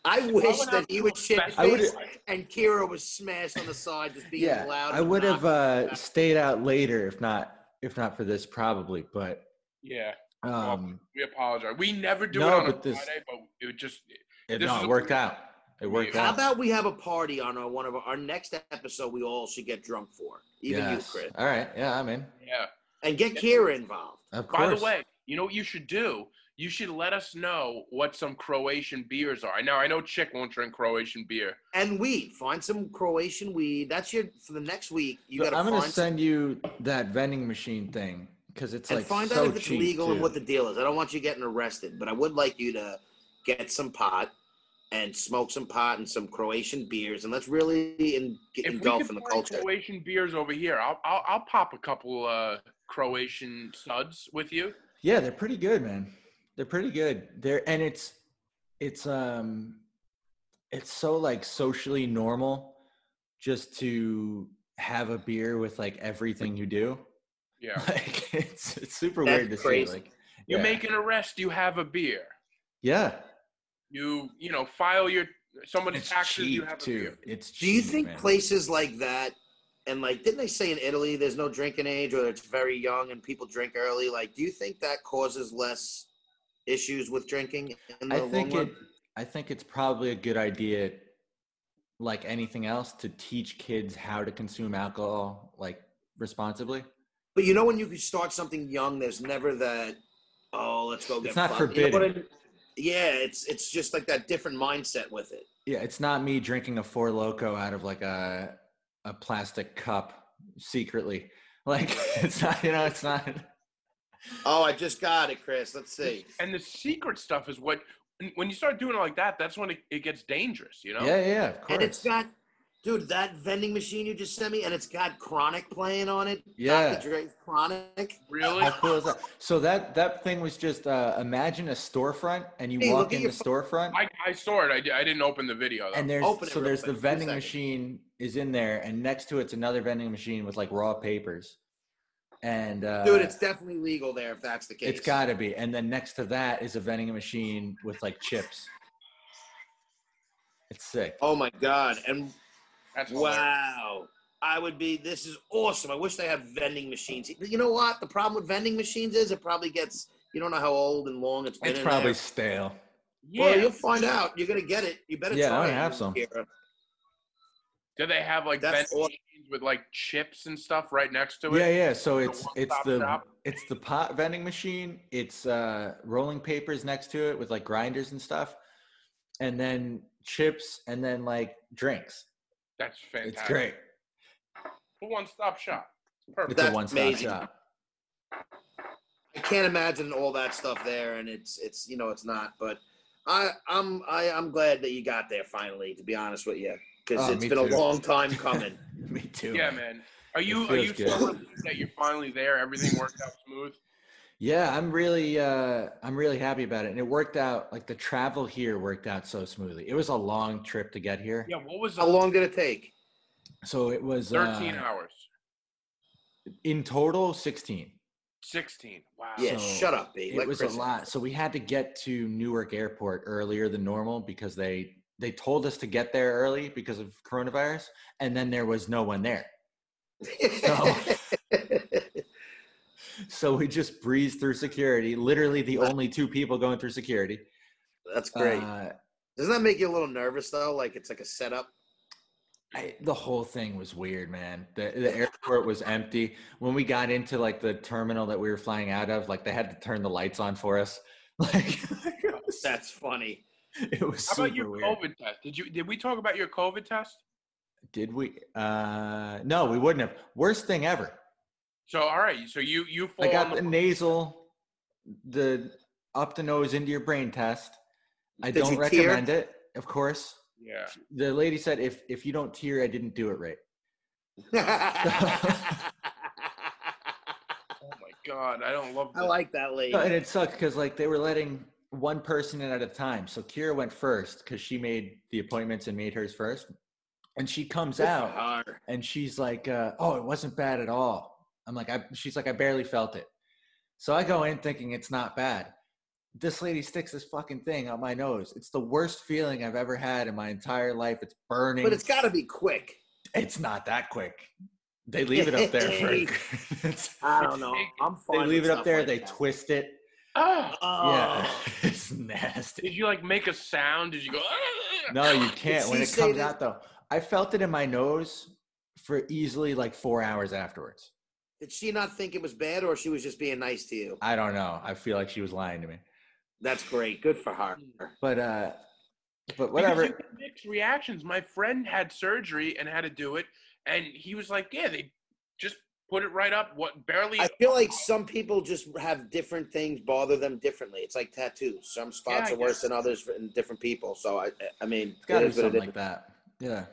C: I wish
B: would
C: that
B: I
C: he would shit
B: respect-
D: I
C: face
D: would've-
C: and Kira was smashed on the side, just being
D: yeah,
C: loud.
D: I
C: and
D: would have
C: obnoxious.
D: uh, stayed out later if not if not for this probably. But
B: Yeah,
D: um,
B: we apologize. We never do
D: No,
B: it on a
D: but this-
B: Friday, but it would just
D: it,
B: This
D: no,
B: is
D: it
B: a-
D: worked out. It worked
B: Yeah.
C: How
D: out.
C: about we have a party on our one of our, our next episode? We all should get drunk for, even
D: Yes.
C: you, Chris,
D: All right. Yeah, I'm in.
B: yeah.
C: and get Kira involved.
D: Of course.
B: By the way, you know what you should do? You should let us know what some Croatian beers are. Now I know Chick won't drink Croatian beer.
C: and weed. Find some Croatian weed. That's your for the next week. You
D: So
C: got to
D: I'm
C: find
D: gonna
C: some-
D: send you that vending machine thing because it's
C: and
D: like
C: find
D: so
C: out if it's
D: cheap,
C: legal and
D: too.
C: what the deal is. I don't want you getting arrested, but I would like you to get some pot and smoke some pot and some Croatian beers, and let's really in, get
B: If we
C: engulf
B: can
C: in the
B: find
C: culture.
B: Croatian beers over here, I'll I'll, I'll pop a couple uh, Croatian suds with you.
D: Yeah, they're pretty good, man. They're pretty good. They're and it's it's um it's so like socially normal just to have a beer with like everything you do.
B: Yeah.
D: Like it's it's super
C: That's
D: weird to
C: crazy.
D: see. Like
B: You
D: yeah.
B: make an arrest, you have a beer.
D: yeah,
B: You you know file your somebody's
D: it's
B: taxes, you
D: cheap
B: have a
D: too.
B: beer.
D: It's
C: Do you
D: cheap,
C: think
D: man.
C: places like that, and like, didn't they say in Italy there's no drinking age or it's very young and people drink early? Like, do you think that causes less issues with drinking in the
D: I
C: long
D: think
C: run?
D: it I think it's probably a good idea like anything else to teach kids how to consume alcohol like responsibly.
C: But you know when you can start something young, there's never that. Oh, let's go get.
D: It's not
C: fucked." You know what I
D: forbidden.
C: mean? yeah, it's it's just like that different mindset with it.
D: Yeah, it's not me drinking a four loco out of like a a plastic cup secretly. Like it's not, you know, it's not.
C: Oh, I just got it, Chris. Let's see.
B: And the secret stuff is what when you start doing it like that, that's when it, it gets dangerous. You know.
D: Yeah, yeah, of course.
C: And it's got, dude, that vending machine you just sent me, and it's got Chronic playing on it.
D: Yeah.
C: Dr. Dre's Chronic.
B: Really?
D: How cool is that? So that that thing was just uh, imagine a storefront, and you
C: Hey,
D: walk
C: look at
D: in the
C: your
D: storefront,
B: I, I saw it. I, di- I didn't open the video though.
D: and there's
C: Um, Open it
D: so
C: real
D: there's the
C: quick, two
D: vending
C: seconds.
D: machine is in there, and next to it's another vending machine with like raw papers, and uh,
C: Dude, it's definitely legal there if that's the case.
D: it's got to be, and then next to that is a vending machine with like chips. It's sick.
C: Oh my god! And
B: That's hilarious.
C: wow, I would be. This is awesome. I wish they have vending machines. But You know what? The problem with vending machines is it probably gets. You don't know how old and long it's been.
D: It's
C: in there.
D: probably stale.
B: Yeah.
C: Well, you'll find out. You're gonna get it. You better
D: Yeah, I
C: try
D: wanna
C: it,
D: have some.
C: Kira.
B: Do they have like vending
C: That's awesome.
B: machines with like chips and stuff right next to it?
D: Yeah, yeah. So it's it's
B: one-stop
D: the
B: shop?
D: it's the pot vending machine. It's uh, rolling papers next to it with like grinders and stuff, and then chips, and then like drinks.
B: That's fantastic.
D: It's great.
B: One stop shop.
D: It's
B: Perfect.
C: That's
D: a one stop
C: amazing.
D: shop.
C: I can't imagine all that stuff there, and it's it's you know it's not. But I I'm I, I'm glad that you got there finally. To be honest with you, because
D: Oh,
C: it's
D: me
C: been
D: too.
C: a long time coming.
D: Me too.
B: yeah, man. Are you are
D: feels
B: you
D: good.
B: so relieved that you're finally there? Everything worked out smooth.
D: Yeah, I'm really uh, I'm really happy about it, and it worked out. Like the travel here worked out so smoothly. It was a long trip to get here,
B: Yeah. What was
C: how
D: uh,
B: the
C: long did it take?
D: so it was
B: thirteen
D: uh,
B: hours?
D: in total sixteen.
B: Sixteen. Wow.
C: Yeah,
D: So,
C: shut up, B.
D: it
C: Let
D: was
C: Chris
D: a lot so we had to get to newark airport earlier than normal because they they told us to get there early because of coronavirus and then there was no one there so we just breezed through security literally the only two people going through security
C: That's great.
D: Uh,
C: Doesn't that make you a little nervous though? Like it's like a setup.
D: I, the whole thing was weird man the, the airport was empty when we got into like the terminal that we were flying out of like they had to turn the lights on for us like it was-
C: That's funny.
D: It was
B: How
D: super
B: about your
D: weird.
B: COVID test? Did you did we talk about your COVID test?
D: Did we? Uh, no, we wouldn't have. Worst thing ever.
B: So all right, so you you fall
D: I
B: on
D: got
B: the
D: the nasal, the up the nose into your brain test. I
C: Did
D: don't
C: you tear?
D: recommend it, of course.
B: yeah.
D: The lady said, if if you don't tear, I didn't do it right.
B: Oh my god, I don't love.
C: I
B: this.
C: like that lady.
D: No, and it sucked because like they were letting one person in at a time. So Kira went first because she made the appointments and made hers first. And she comes
C: Good
D: out
C: for her.
D: and she's like, uh, "Oh, it wasn't bad at all." I'm like, I, "She's like, I barely felt it." So I go in thinking it's not bad. This lady sticks this fucking thing up my nose. It's the worst feeling I've ever had in my entire life. It's burning.
C: But it's got to be quick.
D: it's not that quick. They leave it up there for. it's-
C: I don't know. I'm
D: they
C: fine.
D: leave
C: with
D: it up
C: stuff
D: there.
C: like
D: they
C: that.
D: twist it.
B: Oh,
C: Oh,
D: Yeah, it's nasty.
B: did you like make a sound? Did you go? "Ah!"
D: No, you can't.
C: she
D: When it
C: say
D: comes
C: that-
D: out, though, I felt it in my nose for easily like four hours afterwards.
C: Did she not think it was bad, or she was just being nice to you?
D: I don't know. I feel like she was lying to me.
C: That's great. Good for her.
D: But uh, but
B: Because
D: whatever.
B: you get Mixed reactions. My friend had surgery and had to do it, and he was like, "Yeah, they just put it right up. What barely?
C: I feel like some people just have different things bother them differently. It's like tattoos. Some spots
B: I
C: are worse than others for in different people. So I, I mean,
D: It's got to
C: it
D: be
C: is what it
D: something
C: is.
D: like that. Yeah.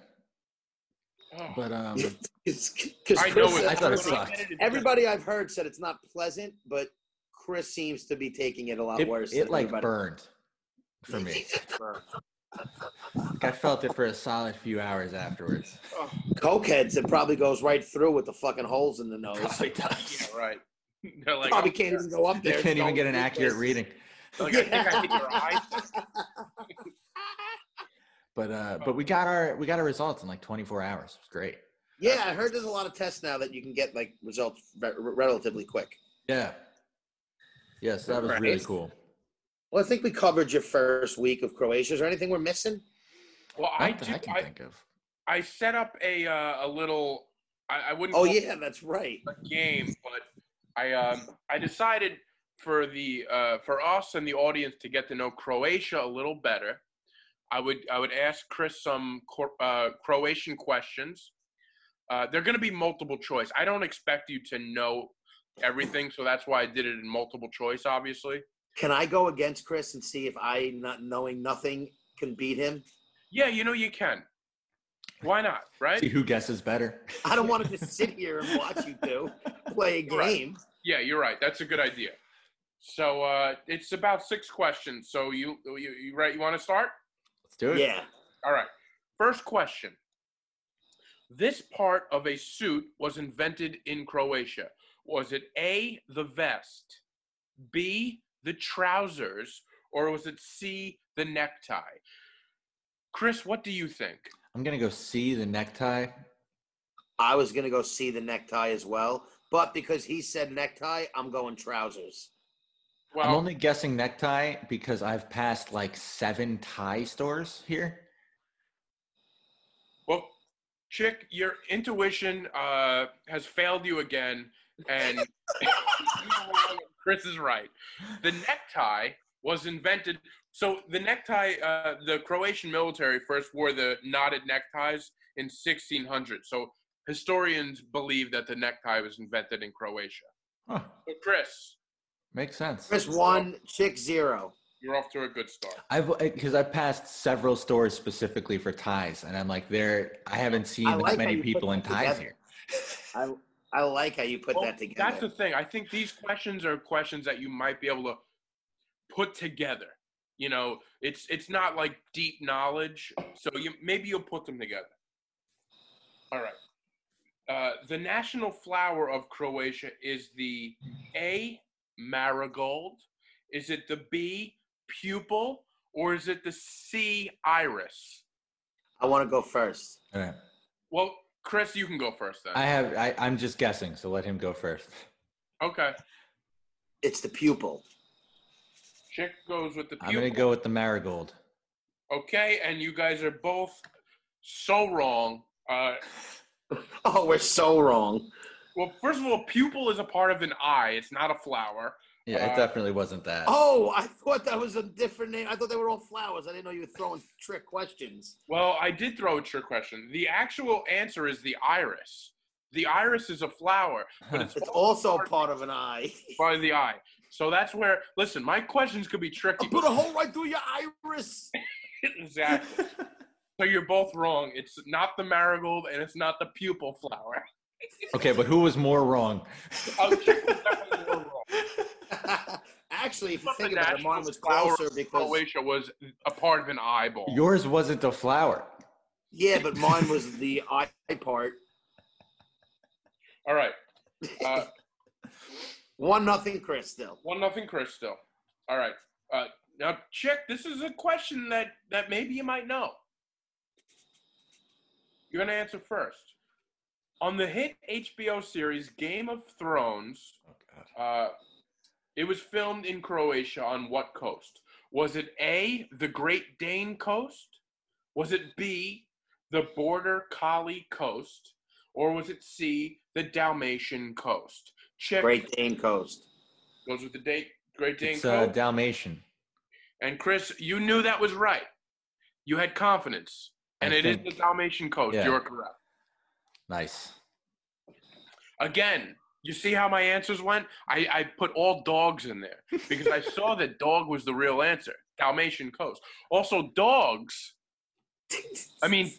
B: oh,
D: But um,
C: It's- 'cause
B: I know
C: Chris-
B: it.
D: I thought it
B: hurts.
D: sucked.
C: Everybody I've heard said it's not pleasant, but Chris seems to be taking it a lot
D: it,
C: worse.
D: it
C: than
D: like
C: everybody.
D: burned for me. Like, I felt it for a solid few hours afterwards.
B: Oh,
C: cokeheads. It probably goes right through with the fucking holes in the nose.
D: Probably
B: yeah,
D: does.
B: right. They're like,
C: probably
B: "Oh,
C: can't even go up
D: They
C: there.
D: can't
C: It's going
D: even get an
C: through
D: accurate
C: this.
D: reading.
B: like, I think I hit your eye.
D: But uh, but we got our we got our results in like 24 hours. It was great.
C: Yeah, I heard there's a lot of tests now that you can get like results re- relatively quick.
D: Yeah. Yeah. So that was
B: Right.
D: really cool.
C: Well, I think we covered your first week of Croatia. Is there anything we're missing?
B: Well, I
D: Not that
B: do.
D: I can
B: I,
D: think of.
B: I set up a uh, a little. I, I wouldn't.
C: Oh
B: call it
C: yeah, that's right.
B: a game, but I um I decided for the uh, for us and the audience to get to know Croatia a little better. I would I would ask Chris some cor- uh, Croatian questions. Uh, they're going to be multiple choice. I don't expect you to know everything, so that's why I did it in multiple choice. Obviously,
C: Can I go against Chris and see if I, not knowing nothing, can beat him?
B: yeah, you know you can. Why not? Right?
D: See who guesses better.
C: I don't want to just sit here and watch you two play a
B: You're right.
C: game.
B: Yeah, you're right. That's a good idea. So uh, it's about six questions. So you you, you right? You want to start?
D: Let's do it.
C: Yeah.
B: All right. First question. This part of a suit was invented in Croatia. Was it A, the vest, B, the trousers, or was it C, the necktie? Chris, what do you think?
D: I'm gonna go see the necktie.
C: I was gonna go see the necktie as well, but because he said necktie, I'm going trousers.
D: I'm
B: Well,
D: only guessing necktie because I've passed like seven tie stores here.
B: well Chick, your intuition uh, has failed you again, and Chris is right. the necktie was invented. So the necktie, uh, the Croatian military first wore the knotted neckties in 1600. So historians believe that the necktie was invented in Croatia.
D: Huh,
B: So Chris,
D: makes sense.
C: Chris one, chick zero.
B: you're off to a good start.
D: I've because I've passed several stores specifically for ties, and I'm like, there. I haven't seen
C: I
D: that
C: like how
D: many
C: you put
D: people in
C: that
D: ties
C: together.
D: here.
C: I I like how you put
B: Well,
C: that together.
B: That's the thing. I think these questions are questions that you might be able to put together. You know, it's it's not like deep knowledge, so you maybe you'll put them together. All right. Uh, the national flower of Croatia is the A marigold. Is it the B pupil or is it the C iris?
C: I want to go first.
D: All right.
B: Well, Chris, you can go first then.
D: I have. I, I'm just guessing, so let him go first.
B: okay.
C: It's the pupil.
B: Chick goes with the pupil.
D: I'm gonna go with the marigold.
B: Okay, and you guys are both so wrong. Uh,
C: Oh, we're so wrong.
B: well, first of all, pupil is a part of an eye. It's not a flower.
D: Yeah, it
B: Uh,
D: definitely wasn't that.
C: Oh, I thought that was a different name. I thought they were all flowers. I didn't know you were throwing trick questions.
B: Well, I did throw a trick question. The actual answer is the iris. The iris is a flower, but it's
C: It's also part of an eye.
B: by the eye. So that's where. Listen, my questions could be
C: I
B: tricky.
C: put a hole right through your iris.
B: exactly. So you're both wrong. It's not the marigold, and it's not the pupil flower.
D: okay, but who was more wrong?
B: I was definitely more wrong.
C: Actually, if you
B: The
C: think about it,
B: national
C: mine was
B: flower
C: closer
B: of
C: because
B: Croatia was a part of an eyeball.
D: Yours wasn't the flower.
C: yeah, but mine was the eye part.
B: All right. Uh,
C: One nothing, Chris. Still,
B: One nothing, Chris. Still. All right. Uh, now, chick, this is a question that that maybe you might know. You're gonna answer first. On the hit HBO series Game of Thrones,
D: Oh, God.
B: uh, it was filmed in Croatia on what coast? Was it A, the Great Dane coast? Was it B, the Border Collie coast? Or was it C, the Dalmatian coast? Check
C: Great Dane Coast.
B: goes with the date. Great Dane
D: It's uh,
B: coast.
D: Dalmatian.
B: and Chris, you knew that was right. You had confidence. And
D: I
B: it is
D: think-
B: the Dalmatian coast.
D: Yeah.
B: You're correct.
D: Nice.
B: Again, you see how my answers went? I, I put all dogs in there because I saw that dog was the real answer. Dalmatian coast. Also, dogs, I mean,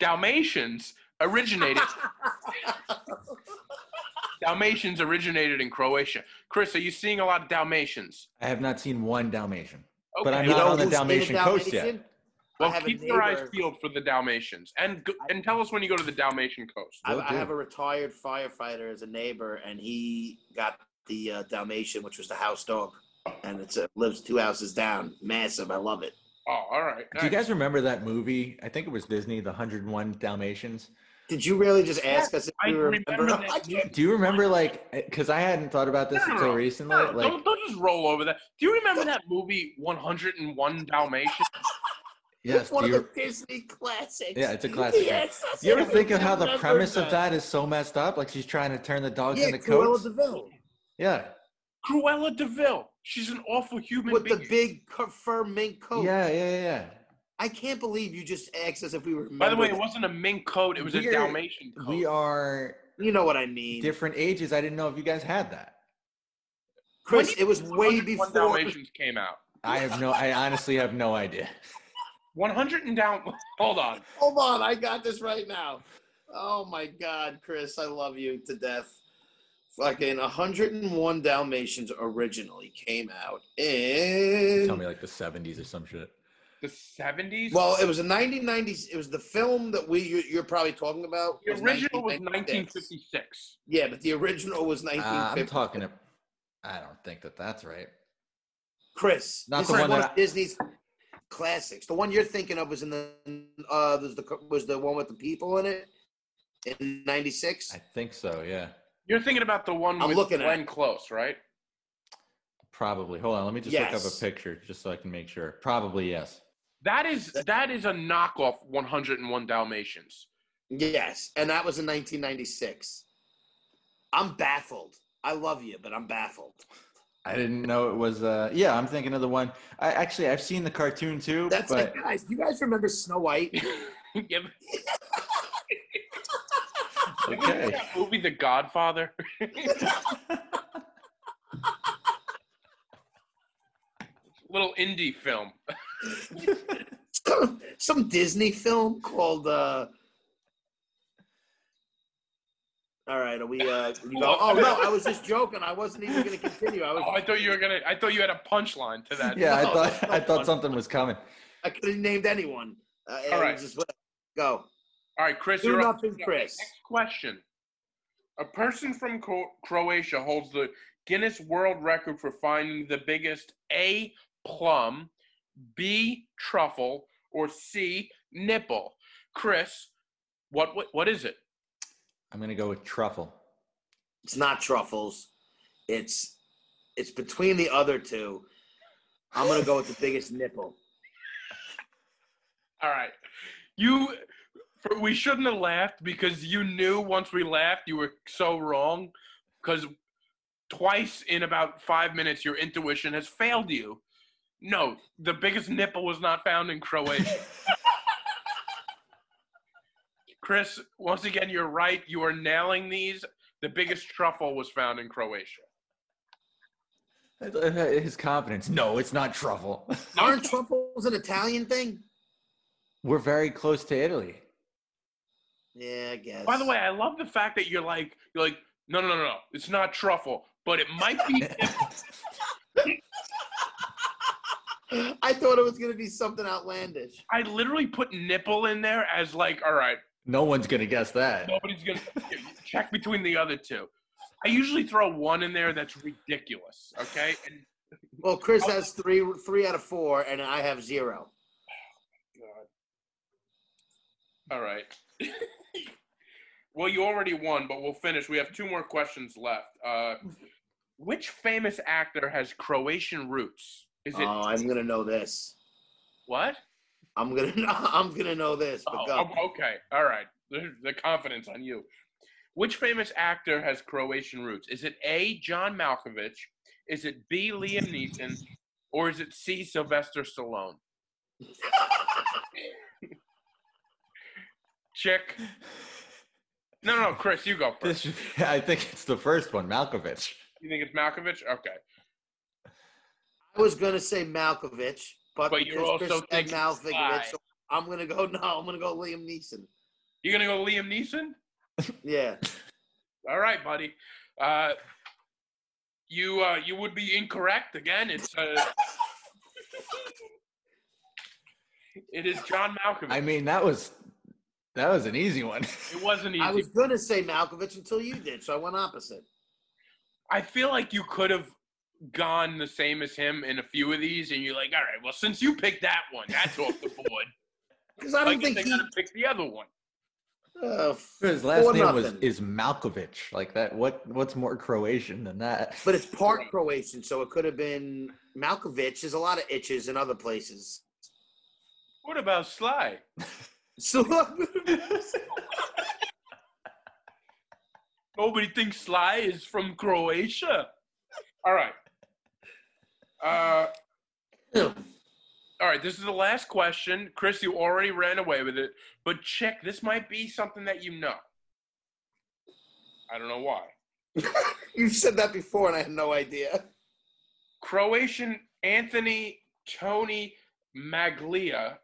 B: Dalmatians originated. Dalmatians originated in Croatia. Chris, are you seeing a lot of Dalmatians?
D: I have not seen one Dalmatian.
B: Okay.
D: But I'm
C: You
D: not
C: know
D: on the
C: who's in
D: Dalmatian coast yet.
C: Dalmatian? I
B: well,
C: have a
B: keep your eyes
C: neighbor-
B: peeled for the Dalmatians, and go- and tell us when you go to the Dalmatian coast.
C: I,
D: Will
C: I
D: do.
C: have a retired firefighter as a neighbor, and he got the uh, Dalmatian, which was the house dog, and it's uh, lives two houses down. Massive, I love it.
B: Oh, all right.
D: Do you
B: nice.
D: guys remember that movie? I think it was Disney, The 101 Dalmatians.
C: Did you really just ask us if
B: I
C: we remember?
B: remember that
C: I can't-
D: Do you remember, like, because I hadn't thought about this
B: No, no,
D: until
B: no.
D: recently?
B: No,
D: like,
B: don't, don't just roll over that. Do you remember that movie 101 Dalmatians?
D: yes,
C: one of
D: do you,
C: the Disney classics.
D: Yeah, it's a classic.
C: Yes, I
D: you ever
C: said I
D: think of how the
C: remembered
D: premise of that is so messed up? Like, she's trying to turn the dogs
C: Yeah,
D: into
C: Cruella
D: coats?
C: Deville
D: yeah.
B: Cruella Deville. She's an awful human
C: with
B: being.
C: the big cu- fur mink coat.
D: Yeah, yeah, yeah, yeah.
C: I can't believe you just asked us if we remember.
B: By the way, it
C: that.
B: wasn't a mink coat. It was
D: We
B: a
D: are-
B: Dalmatian coat.
C: Oh.
D: We are
C: you know what I mean,
D: different ages. I didn't know if you guys had that.
C: Chris. It was way
B: 101
C: before.
B: Dalmatians came out.
D: I have no. I honestly have no idea.
B: 100 and down. Hold on.
C: Hold on, I got this right now. Oh my God, Chris, I love you to death. Fucking 101 Dalmatians originally came out in.
D: Tell me like the seventies or some shit.
B: The 70s?
C: Well, it was a 1990s. It was the film that we you're, you're probably talking about.
B: the
C: was
B: original was 1956.
C: 1956. Yeah, but the original was
D: Uh, I'm
C: 1950.
D: talking. ab- I don't think that that's right.
C: Chris,
D: Not
C: this
D: the
C: is
D: one
C: one
D: that
C: of
D: I-
C: Disney's classics. The one you're thinking of was in the uh was the was the one with the people in it in '96.
D: I think so. Yeah,
B: You're thinking about the one
C: I'm
B: with
C: looking at
B: Glenn
C: it.
B: Close, right?
D: probably. Hold on. Let me just look up
C: Yes.
D: a picture just so I can make sure. Probably yes.
B: That is that is a knockoff 101 Dalmatians.
C: Yes, and that was in 1996. I'm baffled. I love you, but I'm baffled.
D: I didn't know it was. Uh, yeah, I'm thinking of the one. I actually I've seen the cartoon too,
C: That's
D: but
C: like, guys. Do you guys remember Snow White?
B: Yeah, but-
D: okay.
B: that movie The Godfather. Little indie film.
C: some, some Disney film called. uh all right, are we? Uh, you go, oh no, I was just joking. I wasn't even going to continue. I was.
B: Oh, I thought you were gonna. I thought you had a punchline to that.
D: Yeah, I
C: No,
D: thought
C: that's
D: I
C: no
D: thought
C: fun.
D: something was coming.
C: I could have named anyone. Uh, and
B: All right.
C: just went- go.
B: All right, Chris.
C: Do
B: You're up.
C: nothing, Chris.
B: Next question. A person from Cro- Croatia holds the Guinness World Record for finding the biggest A plum, B truffle, or C nipple. Chris, what what, what is it?
D: I'm gonna go with truffle.
C: It's not truffles. It's it's between the other two. I'm gonna go with the biggest nipple.
B: All right. You for, we shouldn't have laughed because you knew once we laughed you were so wrong cuz twice in about five minutes your intuition has failed you. No, the biggest nipple was not found in Croatia. Chris, once again, you're right. You are nailing these. The biggest truffle was found in Croatia.
D: His confidence. No, it's not truffle.
C: Aren't truffles an Italian thing?
D: We're very close to Italy.
C: Yeah, I guess.
B: By the way, I love the fact that you're like, you're like, no, no, no, no, it's not truffle, but it might be.
C: I thought it was gonna be something outlandish.
B: I literally put nipple in there as like, all right,
D: No one's gonna guess that.
B: nobody's gonna check between the other two. I usually throw one in there that's ridiculous. Okay, and
C: Well, Chris has three, three out of four, and I have zero.
B: All right. well, you already won, but we'll finish. We have two more questions left. Uh, which famous actor has Croatian roots? Is it
C: Oh, I'm gonna know this.
B: what?
C: I'm gonna, I'm gonna know this. But
B: Oh,
C: go.
B: o- okay. All right. The, the confidence on you. Which famous actor has Croatian roots? Is it A. John Malkovich? Is it B. Liam Neeson? Or is it C. Sylvester Stallone? Chick. No, no, Chris, you go first.
D: This, I think it's the first one, Malkovich.
B: You think it's Malkovich? Okay.
C: I was gonna say Malkovich, but,
B: But you're
C: because
B: also
C: Chris said
B: thinking Sly.
C: Malkovich, so I'm gonna go. No, I'm gonna go Liam Neeson.
B: You gonna go Liam Neeson?
C: Yeah.
B: All right, buddy. Uh, you uh, you would be incorrect again. It's uh, it is John Malkovich.
D: I mean, that was that was an easy one.
B: it wasn't easy.
C: I
B: I,
C: was gonna say Malkovich until you did, so I went opposite.
B: feel like you could have gone the same as him in a few of these, and you're like, all right, well, since you picked that one, that's off the board.
C: Because I
B: I
C: don't
B: guess
C: think
B: they
C: he.
B: gotta pick the other one.
C: Uh,
D: His last
C: four
D: name was
C: nothing.
D: is Malkovich. Like that. What what's more Croatian than that?
C: but it's part Croatian, so it could have been Malkovich. There's a lot of itches in other places.
B: What about Sly?
C: So
B: Nobody thinks Sly is from Croatia. All right. Uh, all right. This is the last question, Chris. You already ran away with it, but Chick, this might be something that you know. I don't know why.
C: you said that before, and I had no idea.
B: Croatian Anthony Tony Maglia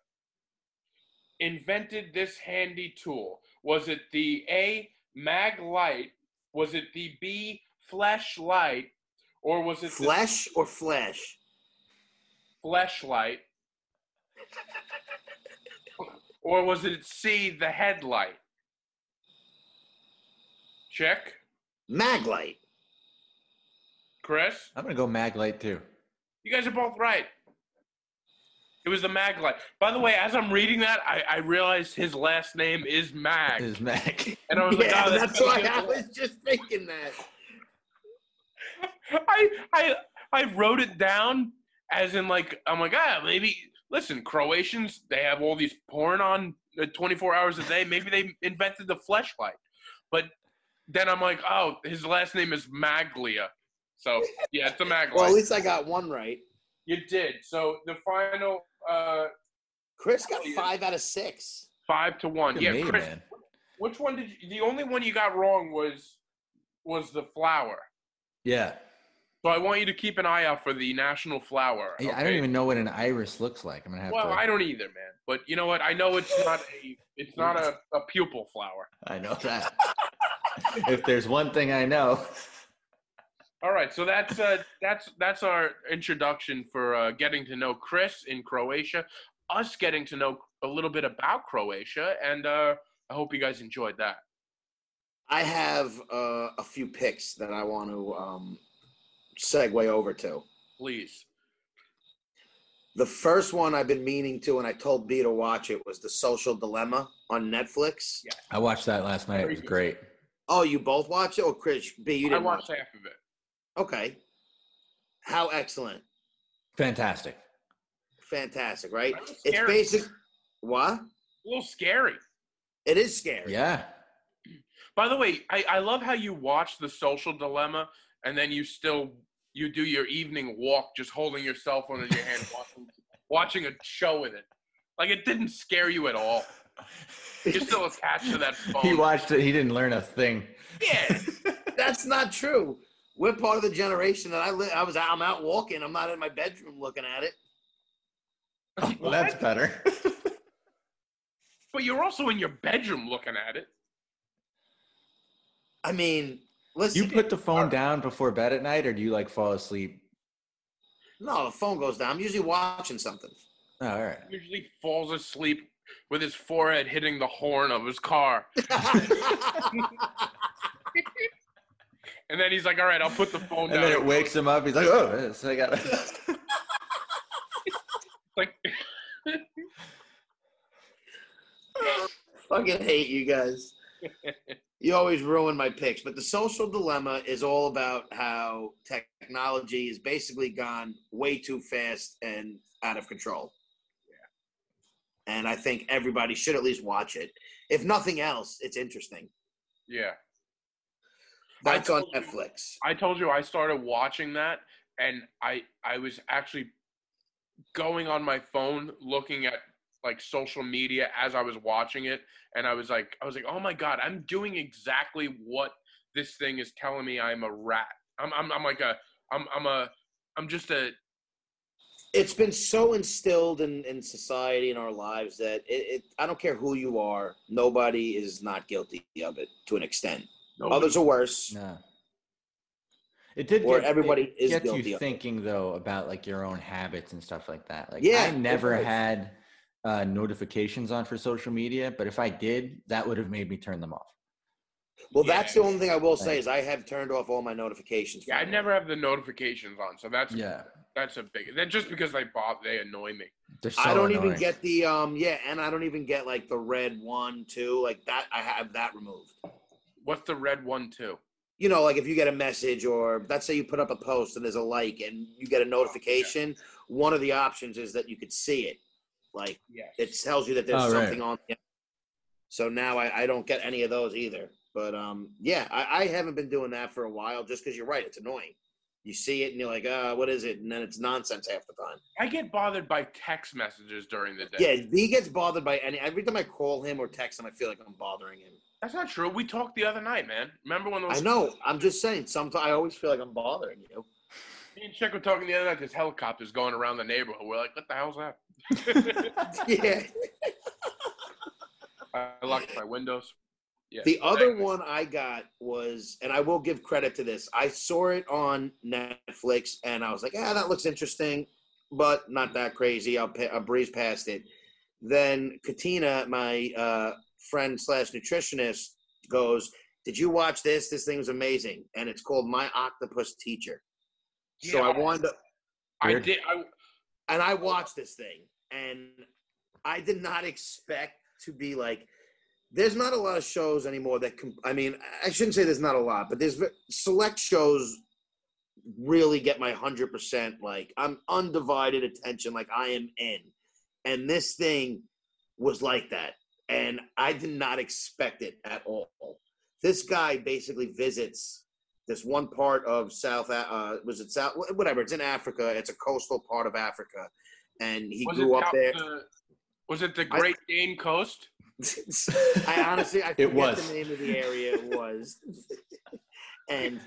B: invented this handy tool. Was it the A mag light? Was it the B flashlight? Or was it the
C: Flesh or flesh?
B: flashlight? or was it C the headlight? Check.
C: Maglite.
B: Chris?
D: I'm gonna go Maglite too.
B: You guys are both right. It was the Mag light. By the way, as I'm reading that, I, I realized his last name is Mag.
D: Is Mag.
B: and I was like,
C: Yeah,
B: oh,
C: that's
B: gotta
C: why
B: be
C: I
B: the-
C: was just thinking that.
B: I, I, I wrote it down as in, like, I'm like, ah, maybe, listen, Croatians, they have all these porn on uh, 24 hours a day. Maybe they invented the fleshlight. But then I'm like, oh, his last name is Maglia. So, yeah, it's a Mag
C: Well, at
B: light.
C: least I got one right.
B: You did. So the final uh,
C: Chris got
B: Oh, yeah.
C: five out of six.
B: five to one.
D: Look at
B: Yeah,
D: me,
B: Chris,
D: man.
B: Which one did you, the only one you got wrong was was the flower.
D: Yeah.
B: So I want you to keep an eye out for the national flower.
D: I- I don't
B: okay?
D: even know what an iris looks like. I'm gonna have
B: Well,
D: to.
B: I don't either, man. But you know what? I know it's not a it's not a, a pupil flower.
D: I know that. if there's one thing I know,
B: All right, so that's uh that's that's our introduction for uh, getting to know Chris in Croatia, us getting to know a little bit about Croatia, and uh, I hope you guys enjoyed that.
C: I have uh, a few picks that I want to um, segue over to.
B: Please,
C: The first one I've been meaning to, and I told B to watch it, was The Social Dilemma on Netflix.
B: Yeah.
D: I watched that last night. It was great.
C: Oh, you both watched it? Oh, Chris, B, you
B: I
C: didn't watch
B: watched
C: it.
B: half of it.
C: Okay. How excellent.
D: Fantastic.
C: Fantastic, right?
B: That was
C: It's
B: scary.
C: basic. What?
B: A little scary.
C: It is scary.
D: Yeah.
B: By the way, I, I love how you watch the social dilemma and then you still you do your evening walk just holding your cell phone in your hand watching, watching a show with it like it didn't scare you at all you're still attached to that phone
D: He watched it. He didn't learn a thing.
B: yeah
C: That's not true. We're part of the generation that I li- I was I'm out walking. I'm not in my bedroom looking at it.
D: Well, that's better.
B: but you're also in your bedroom looking at it
C: I mean, listen.
D: You put the
B: Uh,
D: phone down before bed at night, or do you like fall asleep?
C: no, the phone goes down. I'm usually watching something.
D: Oh, all right.
B: usually falls asleep with his forehead hitting the horn of his car and then he's like all right i'll put the phone
D: And
B: down
D: then it wakes him up. He's like, "Oh, this- I got."
B: like
C: Fucking hate you guys. You always ruin my picks. But the social dilemma is all about how technology has basically gone way too fast and out of control. And I think everybody should at least watch it. If nothing else, it's interesting.
B: yeah I
C: That's on
B: told you-
C: Netflix.
B: I told you I started watching that, and I I was actually going on my phone looking at like social media as I was watching it, and I was like I was like, oh my god, I'm doing exactly what this thing is telling me. I'm a rat. I'm I'm, I'm like a I'm I'm a I'm just a
C: it's been so instilled in, in society in our lives that it, it I don't care who you are, nobody is not guilty of it to an extent.
B: Oh,
C: Others are worse,
D: No. It did.
C: or
D: get-
C: everybody
D: it
C: is
D: gets
C: guilty.
D: you
C: Of it.
D: thinking though about like your own habits and stuff like that. Like,
C: Yeah,
D: I
C: it
D: never
C: does.
D: had uh, notifications on for social media, but if I did, that would have made me turn them off.
C: Well,
B: Yeah.
C: that's the only thing I will say is I have turned off all my notifications.
B: yeah, I
C: now.
B: never have the notifications on, so that's
D: Yeah,
B: that's a big. That just because they bob they annoy me.
D: they're so
C: I don't even
D: annoying.
C: get the um yeah, and I don't even get like the red one two like that. I have that removed.
B: What's the red one too?
C: you know, like if you get a message or let's say you put up a post and there's a like and you get a notification, one of the options is that you could see it. Like
B: Yes.
C: it tells you that there's
D: Oh, right.
C: something on. the- So now I, I don't get any of those either. But um, yeah, I, I haven't been doing that for a while just because you're right. It's annoying. You see it and you're like, uh, what is it? And then it's nonsense half the time.
B: I get bothered by text messages during the day.
C: Yeah, he gets bothered by any. Every time I call him or text him, I feel like I'm bothering him.
B: That's not true. We talked the other night, man. Remember when those
C: I know. I'm just saying. Sometimes I always feel like I'm bothering you.
B: me and Chick were talking the other night? There's helicopters going around the neighborhood. We're like, what the hell's that?
C: yeah.
B: I locked my windows. Yeah.
C: The other one I got was, and I will give credit to this. I saw it on Netflix, and I was like, "Ah, that looks interesting, but not that crazy." I'll, pa- I'll breeze past it. Then Katina, my uh, friend slash nutritionist, goes, "Did you watch this? This thing was amazing, and it's called My Octopus Teacher." So
B: Yeah.
C: I wanted to
B: I
D: Weird.
B: did. I,
C: and I watched this thing, and I did not expect to be like. There's not a lot of shows anymore that com- I mean, I shouldn't say there's not a lot, but there's ve- select shows really get my hundred percent like I'm undivided attention, like I am in, and this thing was like that, and I did not expect it at all. This guy basically visits this one part of South, A- uh, was it South, wh- whatever, it's in Africa. It's a coastal part of Africa. And he
B: was, it
C: grew up
B: out
C: there.
B: The, was it the Great Dane Coast?
C: I honestly, I forget
D: was.
C: the name of the area it was. and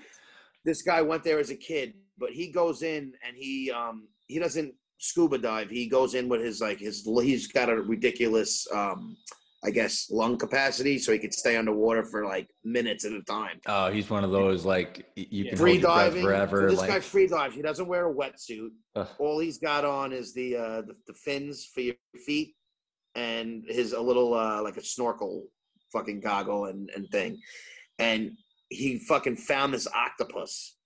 C: this guy went there as a kid, but he goes in and he um he doesn't scuba dive. He goes in with his like his he's got a ridiculous um I guess lung capacity, so he could stay underwater for like minutes at a time.
D: Oh, he's one of those like y- you can
C: Free
D: hold your breath
C: diving.
D: forever.
C: so this
D: like,
C: guy free dives. He doesn't wear a wetsuit.
D: Ugh.
C: All he's got on is the, uh, the the fins for your feet, and his a little uh, like a snorkel fucking goggle and and thing. And he fucking found this octopus,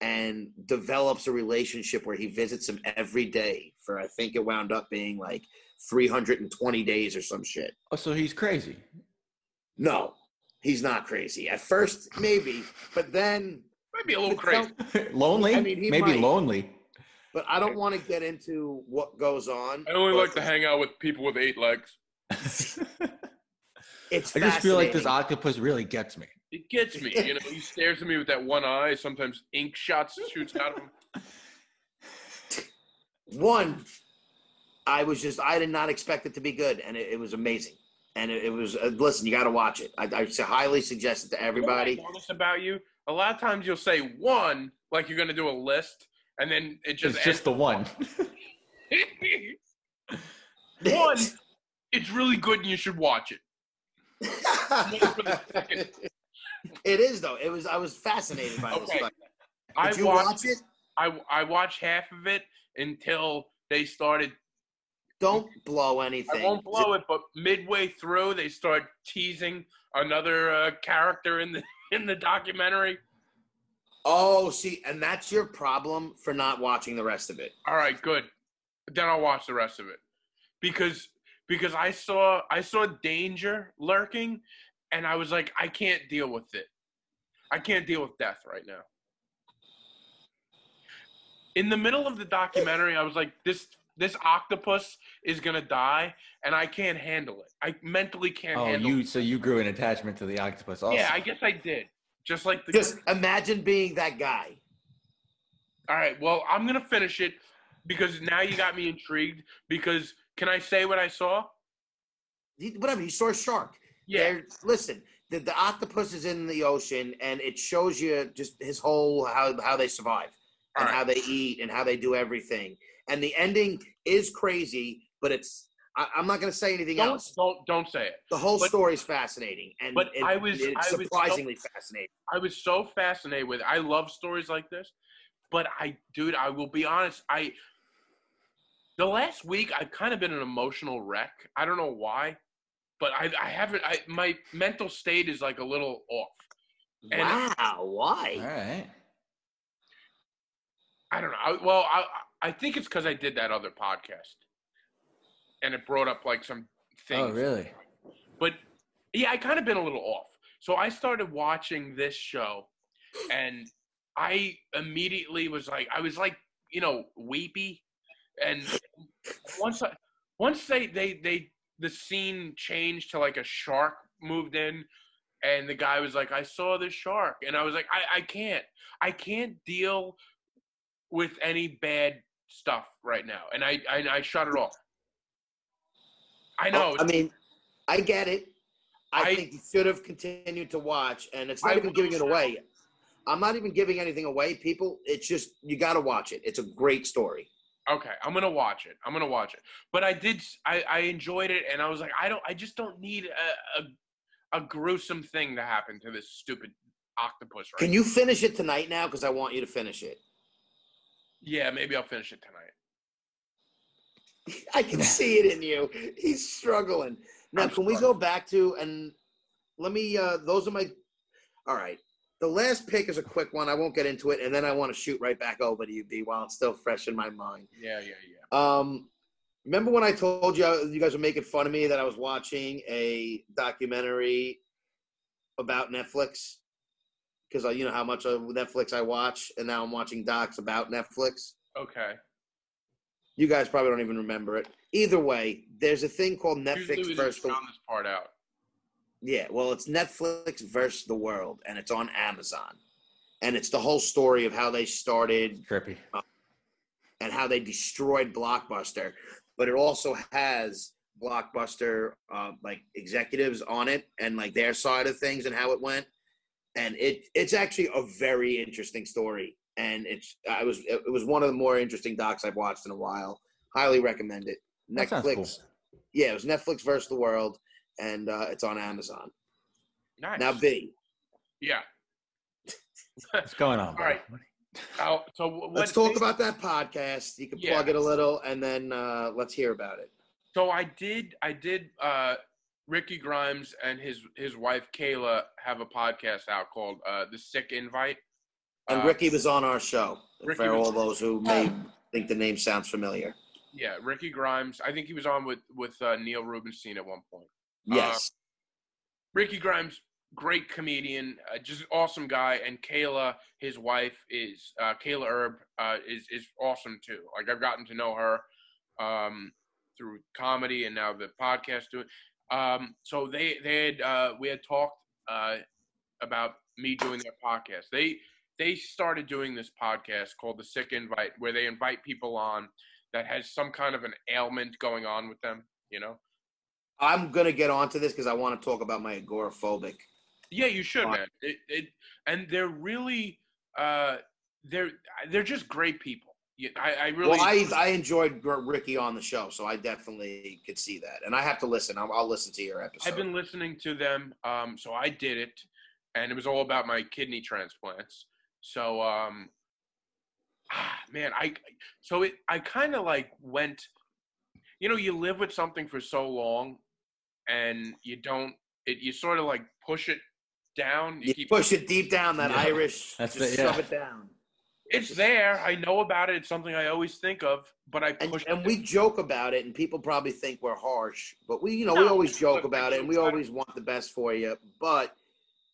C: and develops a relationship where he visits him every day for I think it wound up being like 320 days or some shit.
D: oh, so he's crazy.
C: No, he's not crazy. At first, maybe, but then.
B: Might be a little
C: Without-
B: crazy.
D: lonely?
C: I mean, he
D: Maybe
C: might.
D: lonely.
C: But I don't want to get into what goes on.
B: I only
C: but
B: like to hang out with people with eight legs.
D: I
C: It's
D: just feel like this
C: fascinating.
D: octopus really gets me.
B: It gets me. You know, he stares at me with that one eye. Sometimes ink shots shoots out of him.
C: One, I was just I did not expect it to be good, and it, it was amazing. And it, it was uh, listen, you got to watch it. I, I su- highly suggest it to
B: You know
C: everybody.
B: what I notice about you? A lot of times you'll say one, like you're gonna do a list, and then it just
D: it's just the one.
B: ends. one. It's really good, and you should watch it.
C: it is though. It was I was fascinated by this.
B: Okay.
C: Did
B: I
C: you
B: watched.
C: watch it?
B: I I watched half of it until they started.
C: Don't blow anything.
B: I won't blow it, but midway through they start teasing another uh, character in the in the documentary.
C: Oh, see, and that's your problem for not watching the rest of it.
B: All right, good. Then I'll watch the rest of it because because I saw I saw danger lurking, and I was like, I can't deal with it. I can't deal with death right now. In the middle of the documentary, I was like, this this octopus is gonna die, and I can't handle it. I mentally can't
D: oh,
B: handle.
D: you
B: it.
D: so you grew an attachment to the octopus. Also.
B: Yeah, I guess I did. Just like the
C: Just imagine being that guy.
B: All right. Well, I'm gonna finish it because now you got me intrigued. Because can I say what I saw?
C: He, whatever, he saw a shark.
B: Yeah.
C: There- listen, the, the octopus is in the ocean and it shows you just his whole how, how they survive
B: All
C: and
B: right.
C: how they eat and how they do everything. And the ending is crazy, but it's I, I'm not gonna say anything
B: Don't,
C: else.
B: don't don't say it.
C: The whole
B: but-
C: story is fascinating and
B: but
C: it-
B: I was- I was
C: it's
B: so-
C: surprisingly fascinating.
B: I was so fascinated with. It. I love stories like this, but I, dude, I will be honest. I the last week I've kind of been an emotional wreck. I don't know why, but I I haven't. I my mental state is like a little off. And-
C: wow, why?
D: All right. Oh,
B: I don't know. I, well, I I think it's because I did that other podcast, and it brought up like some things.
D: Oh, really?
B: but yeah, I kind of been a little off. So I started watching this show, and I immediately was like, I was like, you know, weepy, and once I, once they they they the scene changed to like a shark moved in, and the guy was like, I saw the shark, and I was like, I I can't, I can't deal with any bad stuff right now, and I I, I shut it off. I know.
C: I mean, I get it. I,
B: I-
C: think you should have continued to watch, and it's not
B: I
C: even giving
B: will
C: it away. I'm not even giving anything away, people. It's just you got to watch it. It's a great story.
B: Okay, I'm gonna watch it. I'm gonna watch it. But I did. s- I, I enjoyed it, and I was like, I don't. I just don't need a a, a gruesome thing to happen to this stupid octopus. Right?
C: Can you finish it tonight now? Because I want you to finish it.
B: yeah, maybe I'll finish it tonight.
C: I can see it in you. He's struggling. Now,
B: I'm
C: can we go
B: struggling.
C: back to and let me? Uh, those are my. All right. The last pick is a quick one. I won't get into it, and then I want to shoot right back over to you, B, while it's still fresh in my mind.
B: Yeah, yeah, yeah.
C: Um, remember when I told you uh, you guys were making fun of me that I was watching a documentary about Netflix because you know how much of Netflix I watch, and now I'm watching docs about Netflix.
B: Okay.
C: You guys probably don't even remember it. Either way, there's a thing called
B: Usually
C: Netflix
B: we just
C: versus the
B: found this part out.
C: yeah. Well, it's Netflix versus the world, and it's on Amazon, and it's the whole story of how they started
D: Trippy.
C: and how they destroyed Blockbuster, but it also has Blockbuster uh, like executives on it and like their side of things and how it went. And it it's actually a very interesting story, and it's I was it was one of the more interesting docs I've watched in a while. Highly recommend it.
D: That sounds
C: Netflix,
D: cool.
C: yeah, it was Netflix versus the world, and uh, it's on Amazon
B: Nice.
C: now. B,
B: yeah.
D: What's going on? bro?
B: right. I'll- so wh- what?
C: let's talk about that podcast. You can
B: Yeah.
C: plug it a little, and then uh, let's hear about it.
B: So I did. I did. Uh, Ricky Grimes and his his wife Kayla have a podcast out called uh, "The Sick Invite."
C: And
B: Uh,
C: Ricky was on our show.
B: Ricky
C: for
B: was-
C: all those who may
B: Um,
C: think the name sounds familiar.
B: Yeah, Ricky Grimes. I think he was on with with uh, Neil Rubenstein at one point. Uh,
C: Yes.
B: Ricky Grimes, great comedian, uh, just awesome guy, and Kayla, his wife, is uh, Kayla Herb uh, is is awesome too. Like I've gotten to know her um, through comedy and now the podcast. Doing um, so, they they had uh, we had talked uh, about me doing their podcast. They they started doing this podcast called The Sick Invite, where they invite people on that has some kind of an ailment going on with them. You know?
C: I'm gonna get onto this because I want to talk about my agoraphobic.
B: Yeah, you should,
C: Right.
B: man. It, it and they're really uh they're they're just great people. Yeah, I, I really
C: Well, I I enjoyed Gr- Ricky on the show, so I definitely could see that, and I have to listen. I'll, I'll listen to your episode.
B: I've been listening to them. Um, so I did it, and it was all about my kidney transplants. So, um, ah, man, I so it I kind of like went. You know, you live with something for so long, and you don't. It you sort of like push it down. You,
C: you
B: keep
C: push it deep down that
D: Yeah.
C: Irish.
D: That's
C: just
D: it, yeah.
C: shove it down.
B: It's there. I know about it. It's something I always think of, but I
C: And,
B: push.
C: and
B: it
C: we joke about it, and people probably think we're harsh, but we, you know, we
B: No,
C: always joke
B: look,
C: about it, and we
B: I-
C: always want the best for you. But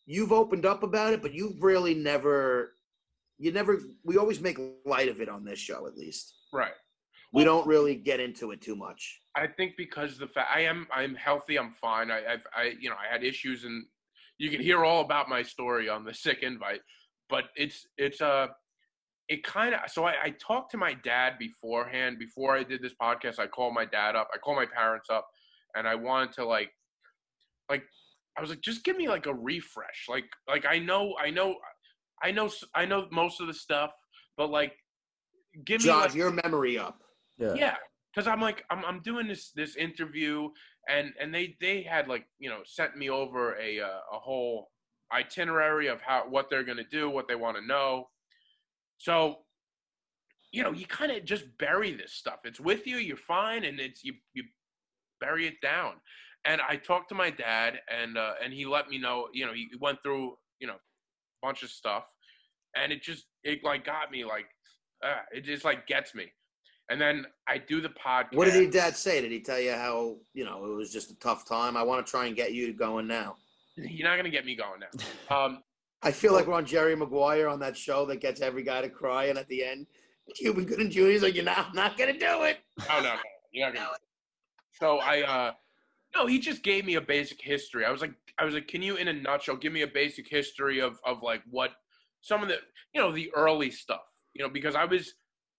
C: you've opened up about it, but you've really never, you never. We always make light of it on this show, at least.
B: right.
C: We don't really get into it too much.
B: I think because the fact I am I'm healthy, I'm fine. I I've, I you know I had issues, and you can hear all about my story on the sick invite. But it's it's uh it kind of so I, I talked to my dad beforehand before I did this podcast. I called my dad up. I called my parents up, and I wanted to like like I was like just give me like a refresh. Like like I know I know I know s- I know most of the stuff, but like give me like,
C: Jog your memory up.
D: Yeah.
B: yeah because i'm like I'm, I'm doing this this interview and and they they had like you know sent me over a uh, a whole itinerary of how what they're going to do what they want to know so you know you kind of just bury this stuff it's with you you're fine and it's you you bury it down and i talked to my dad and uh, and he let me know you know he went through you know a bunch of stuff and it just it like got me like uh, it just like gets me and then i do the podcast
C: What did your dad say? Did he tell you how you know it was just a tough time? I want to try and get you going now.
B: you're not gonna get me going now um
C: I feel like we're on Jerry Maguire on that show that gets every guy to cry, and at the end, Cuban Gooding Jr. is like, "You're not, I'm not gonna do it."
B: oh no, no you're not gonna so i uh no he just gave me a basic history i was like i was like can you in a nutshell give me a basic history of of like what some of the you know the early stuff you know because i was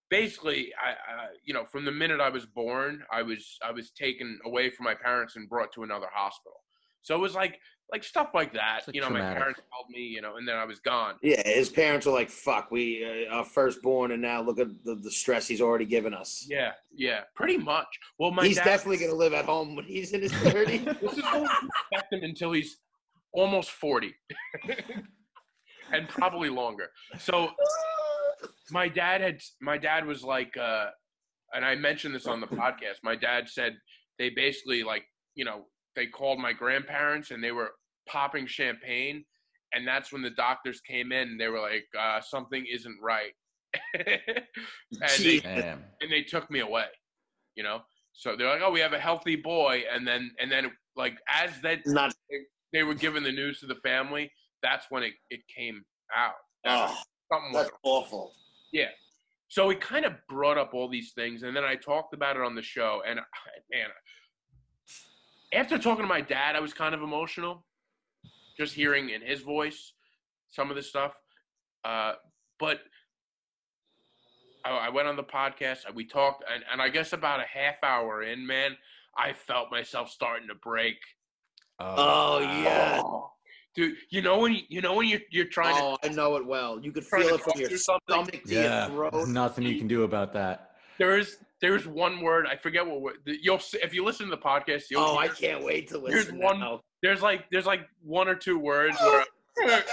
B: basically i uh, you know from the minute i was born i was i was taken away from my parents and brought to another hospital so it was like like stuff like that
D: It's, like,
B: you know my
D: traumatic.
B: parents held me you know and then i was gone
C: Yeah, his parents were like, "Fuck, we uh, our firstborn, and now look at the, the stress he's already given us."
B: yeah yeah pretty much well my
C: he's
B: dad,
C: definitely gonna live at home when he's in his thirties.
B: this is going to affect him until he's almost 40 and probably longer so my dad had my dad was like uh and i mentioned this on the podcast my dad said they basically like you know they called my grandparents and they were popping champagne and that's when the doctors came in and they were like uh, something isn't right and they
D: Damn.
B: and they took me away you know so they're like oh we have a healthy boy and then and then like as that
C: not.
B: they were giving the news to the family that's when it, it came out
C: Oh,
B: something was
C: that's awful.
B: so he kind of brought up all these things and then i talked about it on the show and man after talking to my dad i was kind of emotional just hearing in his voice some of the stuff uh, but I, I went on the podcast and we talked and, and i guess about a half hour in man i felt myself starting to break
C: Oh yeah.
B: Oh, dude you know when you, you know when you're, you're trying to
C: Oh, I know it well. You could
B: Trying to
C: feel it
B: talk
C: from your
B: through something.
C: stomach to
D: yeah.
C: your
D: There's
C: throat.
D: nothing you can do about that.
B: there's there's one word I forget what word, you'll s- if you listen to the podcast you'll
C: Oh, I
B: hear-
C: can't wait to
B: Here's
C: listen.
B: one-
C: now.
B: there's like there's like one or two words where I-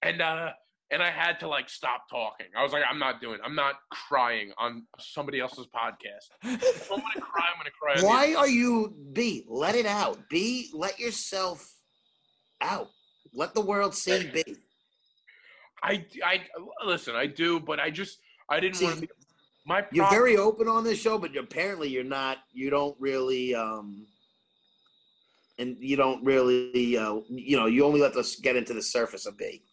B: and uh and I had to like stop talking. I was like I'm not doing. I'm not crying on somebody else's podcast. If I'm gonna cry. I'm gonna cry. on the-
C: Why are you B? Let it out. B. Let yourself out. Let the world see B.
B: I I listen. I do, but I just I didn't
C: See,
B: want to. My
C: You're
B: prob-
C: very open on this show, but you're- apparently you're not. You don't really. um And you don't really. Uh, you know, you only let us get into the surface of B.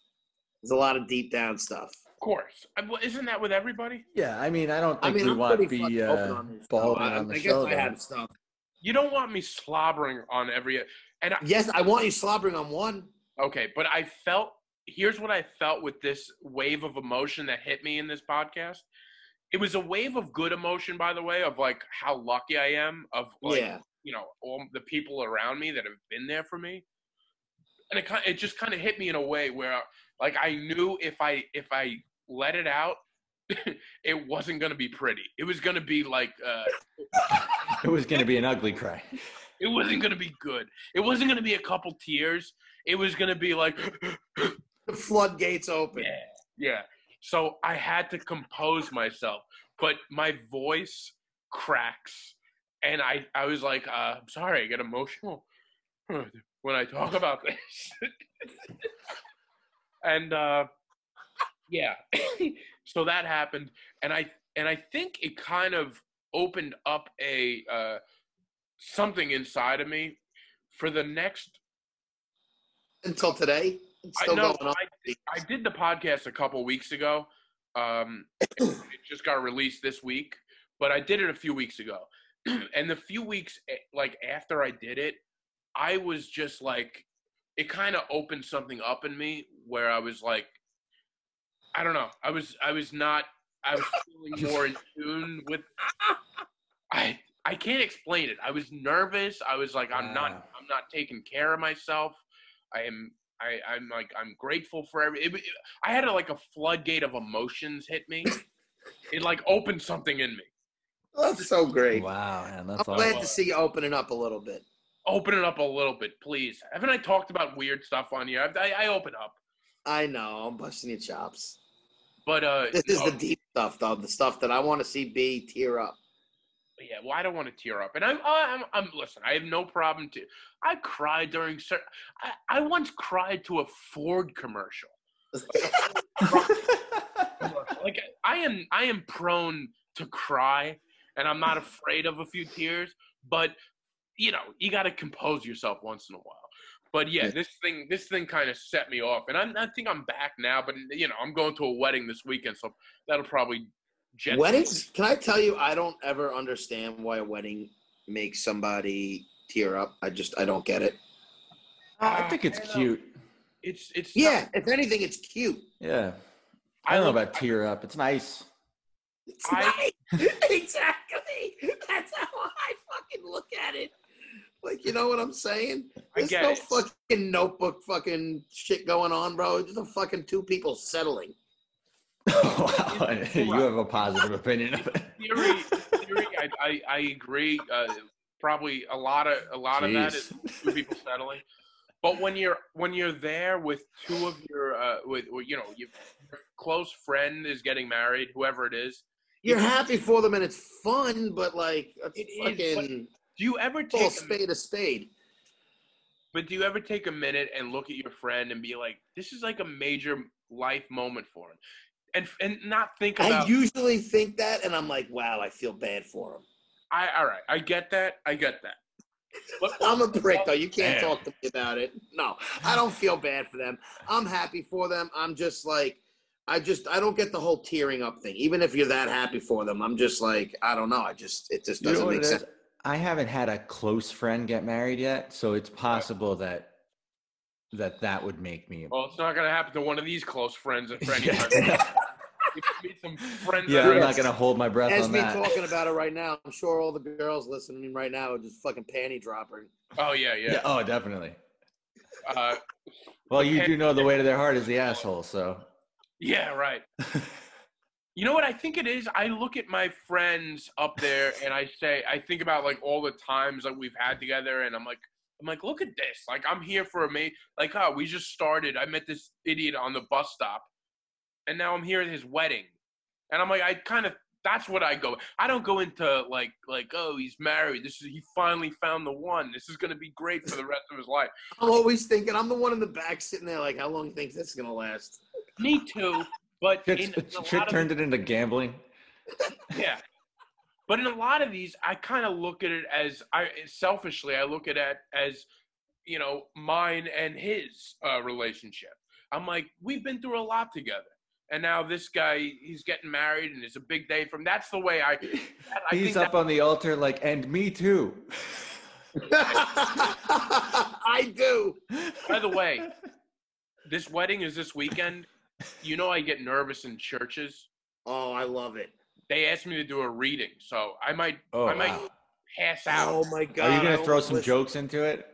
C: There's a lot of deep down stuff.
B: of course. I- well, Isn't that with everybody?
D: Yeah, I mean, I don't
C: I
D: think
C: mean,
D: we
C: I'm
D: want
C: pretty
D: to be
C: fucking
D: uh,
C: open on this. Show.
D: bald
C: I,
D: on the
C: I guess
D: show.
C: I
D: though.
C: have stuff.
B: You don't want me slobbering on every. And I,
C: Yes, I want you slobbering on one.
B: okay, but I felt. Here's what I felt with this wave of emotion that hit me in this podcast. It was a wave of good emotion, by the way, of like how lucky I am, of like
C: yeah.
B: you know all the people around me that have been there for me and it kind it just kind of hit me in a way where like i knew if i if i let it out it wasn't going to be pretty it was going to be like uh
D: It was going to be an ugly cry.
B: it wasn't going to be good it wasn't going to be a couple tears it was going to be like
C: The floodgates open.
B: Yeah. Yeah. So I had to compose myself, but my voice cracks. And I, I was like, uh, I'm sorry, I get emotional when I talk about this. and uh, yeah, so that happened. And I, and I think it kind of opened up a uh, something inside of me for the next
C: Until today. It's still
B: I know.
C: going on.
B: I, I did the podcast a couple weeks ago. Um, it just got released this week, but I did it a few weeks ago. and the few weeks eh, like after I did it, I was just like, it kind of opened something up in me where I was like, I don't know. I was I was not. I was feeling more in tune with. I I can't explain it. I was nervous. I was like, I'm not
D: Wow.
B: I'm not taking care of myself. I am I, I'm like I'm grateful for every. It, it- I had a, like a floodgate of emotions hit me. it like opened something in me,
C: Oh, That's so great.
D: Wow, man,
C: I'm
D: that's
C: glad
D: awesome.
C: to see you opening up a little bit.
B: open it up a little bit, please. Haven't I talked about weird stuff on here? I, I, I open up,
C: I know. I'm busting your chops.
B: but uh,
C: This is
B: no.
C: the deep stuff, though. The stuff that I want to see B tear up.
B: yeah. Well, I don't want to tear up, and I'm I'm, I'm listen. I have no problem to. I cried during certain. I, I once cried to a Ford commercial. like I am I am prone to cry and I'm not afraid of a few tears, but you know, you gotta compose yourself once in a while. But yeah, this thing this thing kind of set me off. And I'm, I think I'm back now, but you know, I'm going to a wedding this weekend, so that'll probably jet
C: Weddings? Can I tell you? I don't ever understand why a wedding makes somebody tear up. I just I don't get it.
D: I think it's
B: I know.
D: cute.
B: It's it's
C: Yeah, if anything, it's cute.
D: Yeah. I don't know about tear up. It's nice.
C: It's
B: I-
C: nice. exactly. That's how I fucking look at it. Like, you know what I'm saying?
B: I
C: There's
B: get
C: no
B: it.
C: fucking notebook fucking shit going on, bro. It's just a fucking two people settling.
D: wow. you have a positive opinion of it.
B: theory, theory I, I, I agree. Uh, probably a lot of a lot of that is
D: Jeez.
B: two people settling. But when you're when you're there with two of your uh, with with, you know your your close friend is getting married, whoever it is.
C: You're happy for them and it's fun, but like, it's
B: It is, but
C: fucking
B: Do you ever
C: call
B: take
C: a
B: a, mi-
C: spade a spade.
B: but do you ever take a minute and look at your friend and be like, this is like a major life moment for him, and and not think
C: I
B: about
C: usually think that and I'm like, wow, I feel bad for him.
B: I all right, I get that, I get that. But-
C: I'm a prick though. You can't
D: Damn.
C: talk to me about it. No, I don't feel bad for them. I'm happy for them. I'm just like, I just, I don't get the whole tearing up thing. Even if you're that happy for them, I'm just like, I don't know. I just, it just
D: You know
C: doesn't
D: what
C: make
D: it is?
C: sense.
D: I haven't had a close friend get married yet, so it's possible that that that would make me.
B: Well, it's not gonna happen to one of these close friends and friends.
D: yeah,
B: if you meet some friends
D: Yeah,
B: that are
D: I'm not gonna hold my breath
C: As
D: on
C: me
D: that.
C: talking about it right now, I'm sure all the girls listening right now are just fucking panty dropping.
B: Oh yeah,
D: yeah.
B: yeah.
D: Oh, definitely.
B: Uh,
D: Well, you do know the way to their heart is the asshole, so
B: yeah, right. You know what I think it is? I look at my friends up there and I say I think about like all the times that we've had together and I'm like I'm like, look at this. Like I'm here for a mate like oh, we just started. I met this idiot on the bus stop and now I'm here at his wedding. And I'm like, I kind of that's what I go. I don't go into like like, oh, he's married. This is he finally found the one. This is gonna be great for the rest of his life.
C: I'm always thinking, I'm the one in the back sitting there like, how long do you think this is going to last?
B: Me too. But in,
D: Chick,
B: in a
D: Chick
B: lot of
D: turned it into gambling.
B: yeah but in a lot of these i kind of look at it as i selfishly i look at it as you know mine and his uh, relationship i'm like we've been through a lot together and now this guy he's getting married and it's a big day from that's the way i, that, I
D: He's
B: think
D: up on the altar like, and me too.
C: I do.
B: By the way, this wedding is this weekend. You know, I get nervous in churches.
C: Oh, I love it.
B: They asked me to do a reading, so I might
D: Oh,
B: I might-
D: wow.
B: pass out.
C: Oh my god!
D: Are you
C: I
D: gonna throw
C: almost
D: some
C: listened.
D: jokes into it?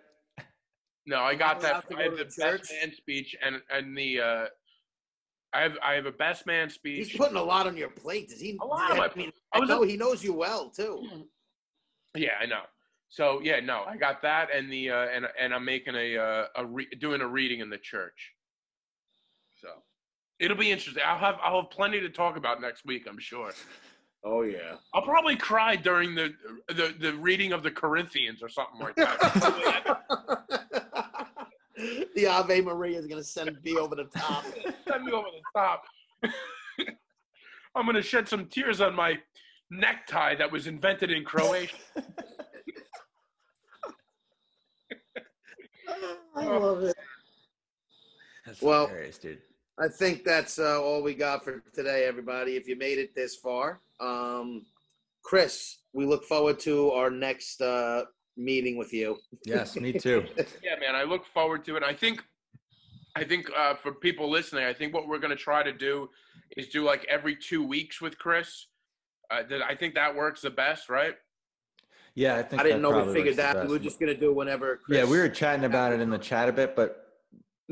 B: No, I got
C: Am I
B: that.
C: allowed to
B: I
C: go
B: have the
C: to the
B: best
C: church?
B: man speech and and the uh, I have I have a best man
C: He's
B: speech.
C: putting a lot on your plate. Does he?
B: A lot on my
C: I mean,
B: I
C: I
B: was
C: know he knows you well too.
B: yeah, I know. So yeah, no, I got that and the uh, and and I'm making a uh, a re- doing a reading in the church. So it'll be interesting. I'll have I'll have plenty to talk about next week. I'm sure.
C: Oh yeah.
B: I'll probably cry during the the, the reading of the Corinthians or something like that.
C: the Ave Maria is gonna send me over the top.
B: Send me over the top. I'm gonna shed some tears on my necktie that was invented in Croatia.
C: I love it.
D: That's
C: Well-
D: hilarious, dude.
C: I think that's uh, all we got for today, everybody. If you made it this far, um, Chris, we look forward to our next uh, meeting with you.
D: Yes, me too.
B: Yeah, man, I look forward to it. I think, I think uh, for people listening, I think what we're gonna try to do is do like every two weeks with Chris. Uh, that I think that works the best, right?
D: Yeah, I think
C: I didn't
D: that
C: know we
D: probably
C: figured
D: works the
C: that. We
D: best.
C: were just gonna do whenever. Chris,
D: yeah, we were chatting about it in the chat a bit, but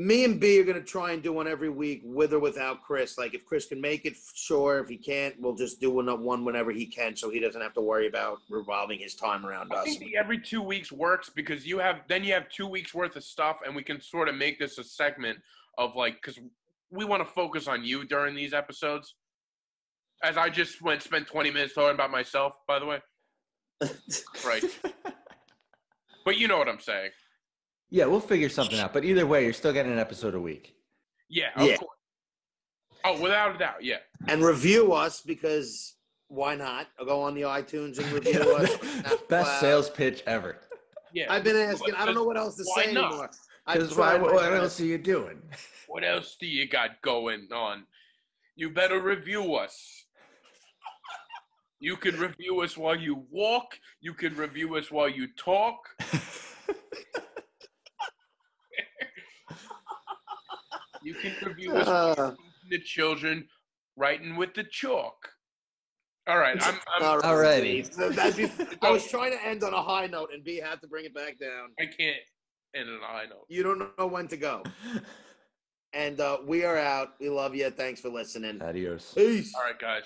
C: Me and B are gonna try and do one every week, with or without Chris. Like if Chris can make it, sure. If he can't, we'll just do one one whenever he can, so he doesn't have to worry about revolving his time around
B: I
C: us.
B: think the every two weeks works because you have then you have two weeks worth of stuff, and we can sort of make this a segment of like because we want to focus on you during these episodes. As I just went spent twenty minutes talking about myself, by the way. right. But you know what I'm saying.
D: yeah, we'll figure something out. But either way, you're still getting an episode a week.
B: Yeah. Of
C: Yeah.
B: Course. Oh, without a doubt, yeah.
C: And review us because why not? Go on the iTunes and review us.
D: Best
C: Wow.
D: sales pitch ever.
B: Yeah.
C: I've been asking. I don't know what else to
B: Why
C: say
B: not?
C: anymore. I
D: Because why?
C: tried my
D: What, what
C: best.
D: else are you doing?
B: what else do you got going on? You better review us. You can review us while you walk. You can review us while you talk. you can review us while
C: Uh,
B: you're teaching the children writing with the chalk. All right, I'm, I'm,
C: all right,
D: Alrighty.
C: Steve. So that'd be- I was trying to end on a high note, and B had to bring it back down.
B: I can't end it on a high note.
C: You don't know when to go. And uh, we are out. We love you. Thanks for listening.
D: Adios.
C: Peace.
B: All right, guys.